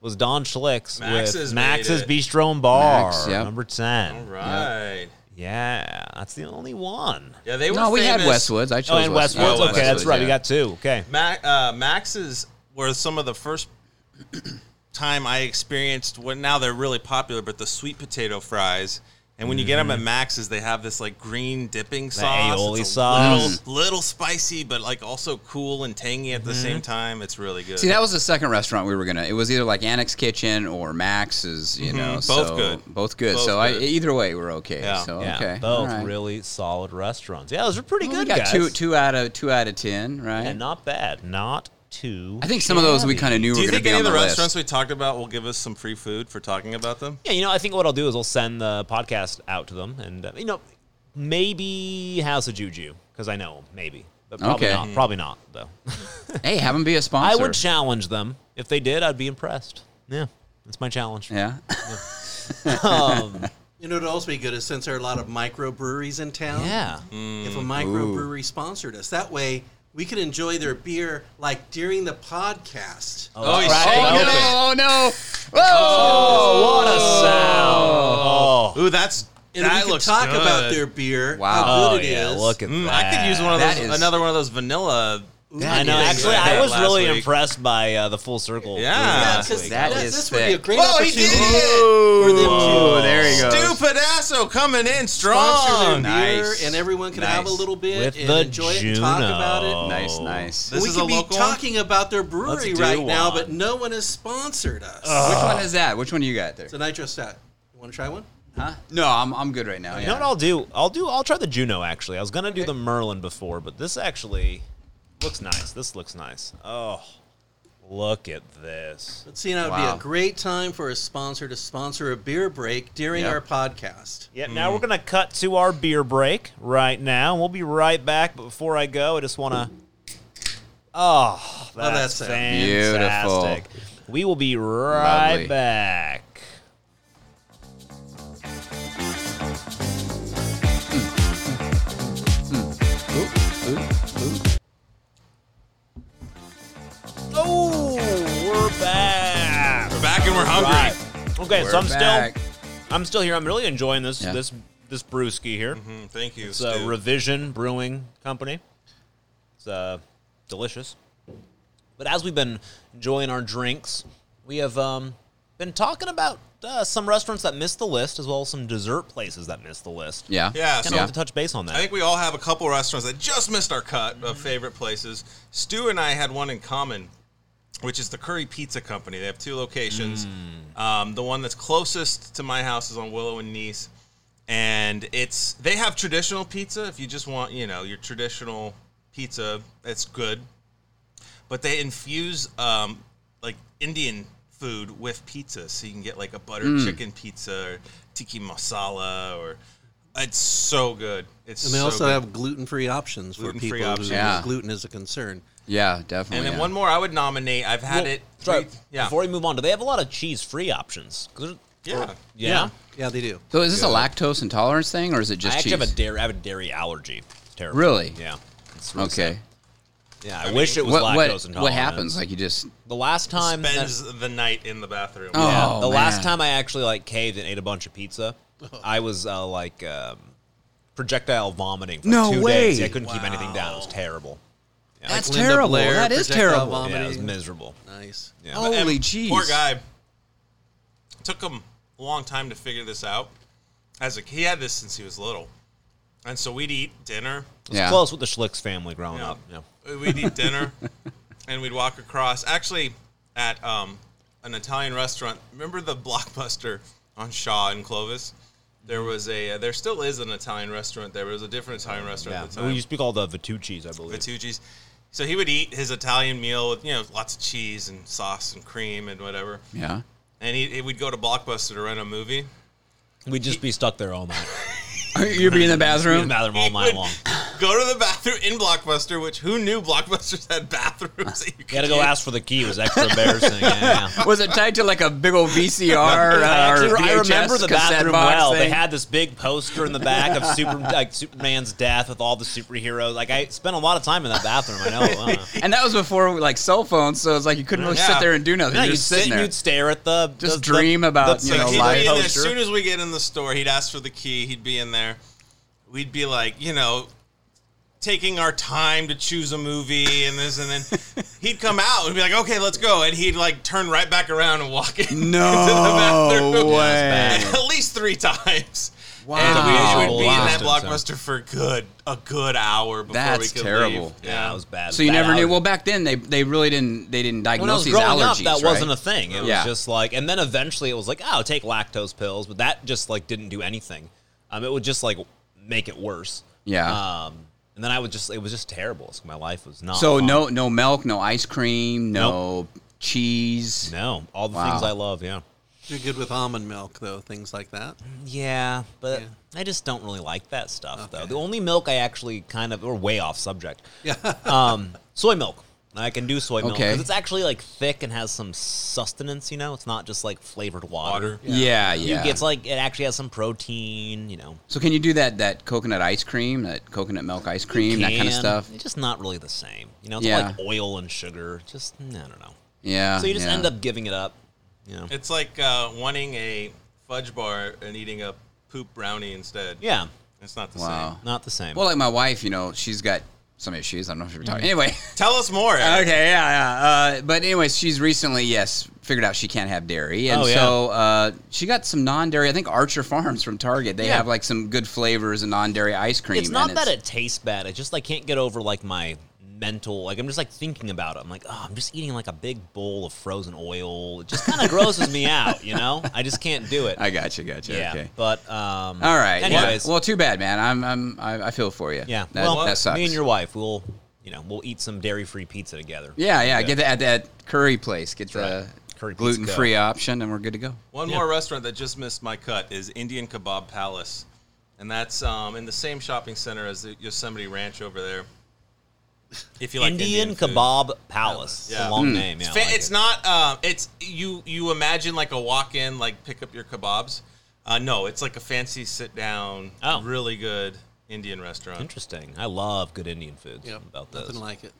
A: was Don Schlicks
B: Max's
A: with
B: made
A: Max's
B: it.
A: Bistro and Bar,
D: Max, yep.
A: number
B: All
A: ten.
B: right.
A: Yeah, that's the only one.
B: Yeah, they were.
D: No, we had
B: famous-
D: Westwoods. I
A: Oh,
D: chose
A: and Westwoods.
B: Oh,
A: okay, that's
D: Westwoods,
A: right. We
D: yeah.
A: got two. Okay.
B: Ma- uh, Max's were some of the first time I experienced what now they're really popular, but the sweet potato fries. And when you get them
D: Mm-hmm.
B: at Max's, they have this like green dipping sauce.
A: aioli
B: It's a
A: sauce.
B: Little, little spicy, but like also cool and tangy at the same time. It's really good.
D: Mm-hmm. See, that was the second restaurant we were gonna. It was either like Annex Kitchen or Max's. You
A: Mm-hmm.
D: know,
B: both
D: so-
B: good.
D: Both good.
B: Both
D: so I,
B: good.
D: either way, we're okay.
B: Yeah.
D: So
A: Yeah,
D: Oh, okay. all
A: both
D: right.
A: really solid restaurants. Yeah, those are pretty
D: Well, we
A: good.
D: got
A: guys.
D: two two out of two out of ten, right?
A: Yeah, not bad. Not too.
D: I think some of those we
A: shabby.
D: kind of knew
B: Do
D: were
B: you think
D: going to be
B: any
D: on
B: of
D: the
B: the
D: list.
B: restaurants we talked about will give us some free food for talking about them?
A: Yeah, you know, I think what I'll do is I'll send the podcast out to them, and uh, you know, maybe House of Juju because I know 'em, maybe, but probably
D: Okay.
A: not. Probably not though.
D: Hey, have them be a
A: I
D: sponsor.
A: would challenge them if they did. I'd be impressed. Yeah, that's my challenge.
D: yeah.
A: Um,
C: You know, it'd also be good is since there are a lot of microbreweries in
B: Mm.
C: town.
A: yeah.
C: If a microbrewery sponsored us, that way we could enjoy their beer like during the podcast.
B: Oh, he's
A: crack it
B: shaking
A: open.
B: it.
D: Oh no! Oh,
A: What a sound! Oh,
B: Ooh, that's
C: And
B: that
C: we could
B: looks
C: talk
B: good.
C: about their beer.
D: Wow.
C: How
A: Oh,
C: good it is.
A: yeah. Look at
B: Mm, I
A: that.
B: could use one of
D: That
B: those.
D: is-
B: Another one of those vanilla
D: That
A: I know.
D: is-
A: Actually,
B: that
A: I was
B: last
A: really
B: week.
A: impressed by uh, the full circle.
B: Yeah.
A: movie
B: Yeah,
A: last
C: 'cause
A: week.
D: That
C: that-
D: is
C: this would be a
D: thick.
C: great
B: Whoa, he
C: opportunity
B: did
C: for them to
D: Whoa, there you go.
B: Stupid asshole coming in
C: sponsor their
B: strong.
C: beer,
D: Nice.
C: and everyone can
D: Nice.
C: have a little bit
A: With
C: and
A: the
C: enjoy it and talk
A: Juno.
C: about it.
D: Nice, nice.
B: This
C: we
B: is
C: could
B: a
C: be
B: local one?
C: talking about their brewery
A: Let's do
C: right now,
A: one.
C: but no one has sponsored us.
D: Which one is that? Which one you got there?
C: It's a nitro stout. You want to try one?
D: Huh? No, I'm, I'm good right now.
A: You know
D: Yeah.
A: what I'll do? I'll do. I'll try the Juno. Actually, I was gonna do the Merlin before, but this actually looks nice. This looks nice. Oh, look at this.
C: Let's see. That would be
D: Wow.
C: a great time for a sponsor to sponsor a beer break during
D: Yep.
C: our podcast.
A: Yeah, now we're gonna cut to our beer break right now, and we'll be right back. But before I go, I just wanna. Oh, that's,
C: that sound?
A: fantastic. We will be right
D: Lovely.
A: back. Oh, we're back.
B: We're back and we're hungry.
A: Right. Okay, so I'm
D: back.
A: still I'm still here. I'm really enjoying this
D: Yeah.
A: this this brewski here.
B: Mm, thank you.
A: It's a
B: Stu.
A: Revision Brewing Company. It's uh, delicious. But as we've been enjoying our drinks, we have um, been talking about uh, some restaurants that missed the list, as well as some dessert places that missed the list.
D: Yeah.
B: yeah,
A: Kind of
B: so
A: have to touch base on that.
B: I think we all have a couple restaurants that just missed our cut of favorite places. Stu and I had one in common, which is the Curry Pizza Company. They have two locations. Um, the one that's closest to my house is on Willow and Nice, and it's they have traditional pizza. If you just want, you know, your traditional pizza, it's good. But they infuse um, like Indian food with pizza, so you can get like a buttered chicken pizza or tiki masala or. It's so good. It's
C: And they
B: so
C: also
B: good.
C: have gluten free options for
B: Gluten-free
C: people
B: options.
C: who
D: Yeah.
C: gluten is a concern.
D: Yeah, definitely.
B: And then
D: yeah.
B: one more I would nominate. I've had
A: Well,
B: it.
A: sorry,
B: three- yeah.
A: Before we move on, do they have a lot of cheese-free options? 'Cause there's-
B: Yeah.
A: or- yeah.
C: Yeah, they do.
D: So is this a lactose intolerance thing, or is it
A: I
D: just
A: actually
D: cheese?
A: have a dairy. I have a dairy allergy. It's terrible.
D: Really?
A: Yeah. It's really
D: okay.
A: sad. Yeah. I, wish it was
D: What
A: lactose
D: what
A: intolerant.
D: what happens? Like you just
A: The last time that-
B: Spends the night in the bathroom.
D: Oh.
A: Yeah, the last
D: man.
A: time I actually like caved and ate a bunch of pizza, I was uh, like um, projectile vomiting for
D: No
A: two
D: way.
A: days. I couldn't keep anything down. It was terrible.
D: that's
C: Linda
D: terrible.
C: Blair,
D: that is
C: projectile
D: terrible.
C: vomit.
A: Yeah, it was
C: Vomiting.
A: miserable.
C: Nice.
A: Yeah.
D: Oh.
B: And
D: Holy jeez.
B: Poor guy. Took him a long time to figure this out. As a he had this since he was little, and so we'd eat dinner.
A: It was
D: Yeah.
A: close with the Schlicks family growing
B: Yeah.
A: up. Yeah.
B: We'd eat dinner, and we'd walk across. Actually, at um, an Italian restaurant. Remember the blockbuster on Shaw in Clovis? There was a. Uh, there still is an Italian restaurant there. But it was a different Italian restaurant
A: Yeah.
B: at the time.
A: We used to call the Vitucci's, I believe.
B: Vitucci's. So he would eat his Italian meal with you know lots of cheese and sauce and cream and whatever.
D: Yeah.
B: And he, he would go to Blockbuster to rent a movie.
A: We'd just be stuck there all night.
D: You'd be in
A: Be
D: the
A: in
D: bathroom.
A: the bathroom all
B: He
A: night
B: would
A: long.
B: Go to the bathroom in Blockbuster, which who knew Blockbusters had bathrooms that you could
A: You had to go
B: use?
A: ask for the key. It was extra embarrassing. Yeah, yeah.
D: Was it tied to like a big old VCR uh,
A: I, actually,
D: or
A: I
D: VHS
A: remember the
D: cassette
A: bathroom
D: box
A: well. They
D: thing?
A: had this big poster in the back of super, like Superman's death with all the superheroes. Like I spent a lot of time in that bathroom. I know. Uh, I know.
D: and that was before like cell phones, so it's like you couldn't really
B: Yeah.
D: sit there and do nothing.
A: No,
D: You're
A: you'd
D: just sitting
A: sit and
D: there.
A: you'd stare at the
D: Just
A: the-
D: dream
A: the-
D: about,
A: the
D: you know,
B: Like, he'd
A: light
B: be in there, as
A: poster.
B: soon as we get in the store, he'd ask for the key. He'd be in there. We'd be like, you know, taking our time to choose a movie and this, and then he'd come out and be like, okay, let's go. And he'd like turn right back around and walk in. into the
D: no
B: bathroom.
D: way.
B: at least three times.
D: Wow.
B: And we would be in that
A: Wow.
B: blockbuster for good a good hour before
D: That's
B: we could
D: terrible.
B: leave.
A: yeah, it was bad.
D: So you
A: Bad
D: never knew.
A: allergy.
D: Well, back then they they really didn't they didn't
A: when I
D: diagnose
A: was
D: these
A: growing up,
D: allergies.
A: that
D: right?
A: wasn't a thing. It
D: Yeah.
A: was just like, and then eventually it was like, oh, take lactose pills, but that just like didn't do anything. Um, it would just like make it worse.
D: Yeah.
A: Um, and then I would just, it was just terrible. It's- my life was not.
D: So
A: fun.
D: no no milk, no ice cream, no cheese.
A: no, all the
D: Wow.
A: things I love. Yeah.
C: You're good with almond milk, though, things like that.
A: Yeah, but
C: Yeah.
A: I just don't really like that stuff though.
C: Okay.
A: The only milk I actually kind of, or way off subject.
C: Yeah.
A: um, soy milk. I can do soy milk
D: Okay.
A: because it's actually like thick and has some sustenance. You know, it's not just like flavored water.
B: Water.
D: Yeah, yeah.
A: You get- it's like it actually has some protein. You know,
D: so can you do that that coconut ice cream, that coconut milk ice cream, that kind of
A: Can.
D: stuff?
A: It's just not really the same. You know, it's
D: Yeah.
A: like oil and sugar. Just I don't know.
D: Yeah.
A: So you just
D: yeah.
A: end up giving it up. You know.
B: It's like uh, wanting a fudge bar and eating a poop brownie instead.
A: yeah,
B: It's not the
D: Wow.
B: same.
A: not the same.
D: Well, like my wife, you know, she's got some issues. I don't know if you're
A: Mm.
D: talking. Anyway.
B: Tell us more. Eric.
D: Okay, yeah, yeah. Uh, but anyways, she's recently, yes, figured out she can't have dairy, and
A: Oh, yeah.
D: so uh, she got some non-dairy. I think Archer Farms from Target. They have like some good flavors and non-dairy ice cream.
A: It's not
D: and
A: that it tastes bad. I just like can't get over like my mental like I'm just like thinking about it. I'm like, oh, I'm just eating like a big bowl of frozen oil. It just kind of grosses me out, you know. I just can't do it.
D: I got you, got you.
A: yeah,
D: Okay.
A: but um.
D: All right. yeah.
A: Anyways,
D: Well, too bad, man. I'm, I'm, I, I feel for you.
A: yeah.
D: That,
A: well,
D: that sucks.
A: me and your wife, we'll you know we'll eat some dairy-free pizza together.
D: yeah, yeah. Get that at that curry place. Get the
A: right. Curry Pizza Co.
D: gluten-free option, and we're good to go.
B: One more restaurant that just missed my cut is Indian Kebab Palace, and that's um, in the same shopping center as the Yosemite Ranch over there. If you like
A: Indian,
B: Indian, food.
A: Kebab Palace. It's a
B: Yeah.
A: long
D: Mm.
A: name. Yeah, I
B: Fa-
A: like
B: it's
A: it.
B: not. Um, it's you. You imagine like a walk-in, like pick up your kebabs. Uh, no, it's like a fancy sit-down,
A: Oh.
B: really good Indian restaurant.
A: interesting. I love good Indian foods.
C: Yep.
A: About this.
C: Nothing like it.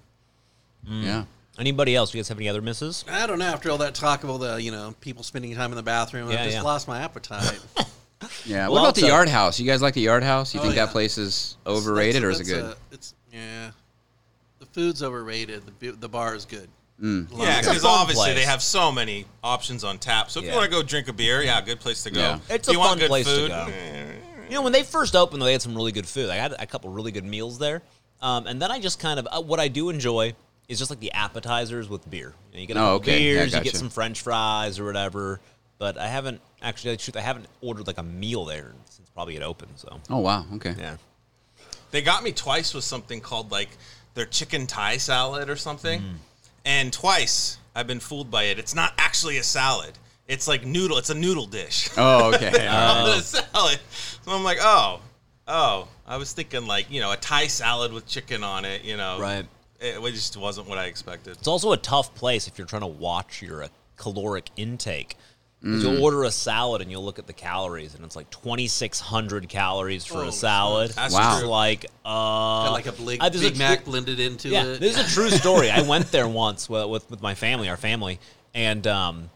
A: Mm.
D: Yeah.
A: Anybody else? Do you guys have any other misses?
C: I don't know. After all that talk about the you know people spending time in the bathroom,
A: Yeah,
C: I've just
A: yeah.
C: lost my appetite.
D: Yeah.
A: Well,
D: what about
A: also-
D: the Yard House? You guys like the Yard House? You
C: Oh,
D: think
C: yeah.
D: that place is overrated
C: That's-
D: or is it
C: that's
D: good?
C: a- it's yeah. The food's overrated. The bu- the bar is good.
D: Mm.
C: Love
B: Yeah,
C: it.
A: It's
B: because
A: a fun
B: obviously
A: place.
B: they have so many options on tap. So if
A: Yeah.
B: you want to go drink a beer, yeah, good place to go.
D: Yeah.
A: It's
B: If
A: a
B: you
A: fun
B: want good
A: place to
B: food,
A: go.
B: eh,
A: You know, when they first opened, though, they had some really good food. I had a couple really good meals there, um, and then I just kind of uh, what I do enjoy is just like the appetizers with beer. You, know, you get a
D: Oh,
A: couple
D: okay. Yeah,
A: beers, you get
D: gotcha.
A: some French fries or whatever. But I haven't actually, shoot, I haven't ordered like a meal there since probably it opened. So
D: Oh wow. Okay.
A: yeah,
B: They got me twice with something called like their chicken Thai salad or something.
A: Mm.
B: And twice I've been fooled by it. It's not actually a salad. It's like noodle. It's a noodle dish.
D: Oh okay.
B: on the salad. So I'm like, oh, oh. I was thinking like you know a Thai salad with chicken on it. You know,
A: Right.
B: It wa- just wasn't what I expected.
A: it's also a tough place if you're trying to watch your uh, caloric intake. 'Cause
D: Mm.
A: You'll order a salad and you'll look at the calories, and it's like 2,600 calories for
C: Oh,
A: a salad.
B: That's
D: Wow.
A: It's
B: true.
A: like, uh,
C: Got like a Big,
A: I- there's a
C: Big Mac
A: tr-
C: blended into
A: yeah,
C: it.
A: this is a true story. I went there once with, with with my family, our family, and um,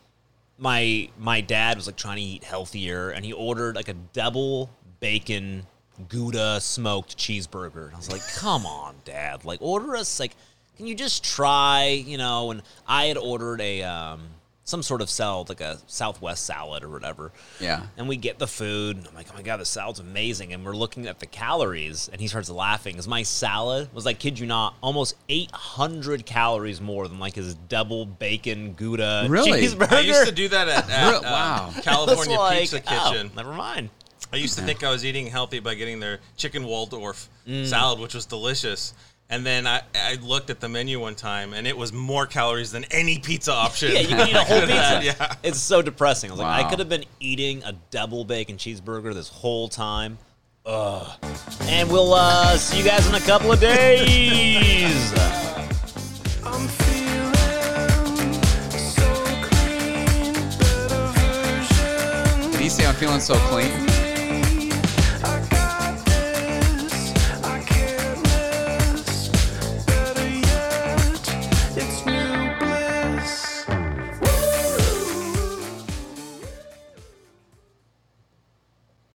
A: my my dad was like trying to eat healthier, and he ordered like a double bacon Gouda smoked cheeseburger, and I was like, "Come on, Dad! Like, order us like, can you just try, you know?" And I had ordered a um, some sort of salad, like a Southwest salad or whatever.
D: Yeah.
A: And we get the food. And I'm like, oh my God, the salad's amazing. And we're looking at the calories. And he starts laughing because my salad was, I kid you not, almost 800 calories more than like his double bacon Gouda
D: Really?
A: cheeseburger.
B: I used to do that at, at
D: Bro-
B: um,
D: wow.
A: That's
B: California
A: like,
B: Pizza
A: oh,
B: Kitchen.
A: never mind.
B: I used to think I was eating healthy by getting their chicken Waldorf
A: Mm.
B: salad, which was delicious. And then I, I looked at the menu one time, and it was more calories than any pizza option.
A: Yeah, you can eat a whole
B: After that,
A: pizza.
B: Yeah.
A: It's so depressing. I was like, I
D: Wow.
A: could have been eating a double bacon cheeseburger this whole time. Ugh. And we'll uh, see you guys in a couple of days.
F: I'm feeling so clean, better version.
D: Did he say I'm feeling so clean?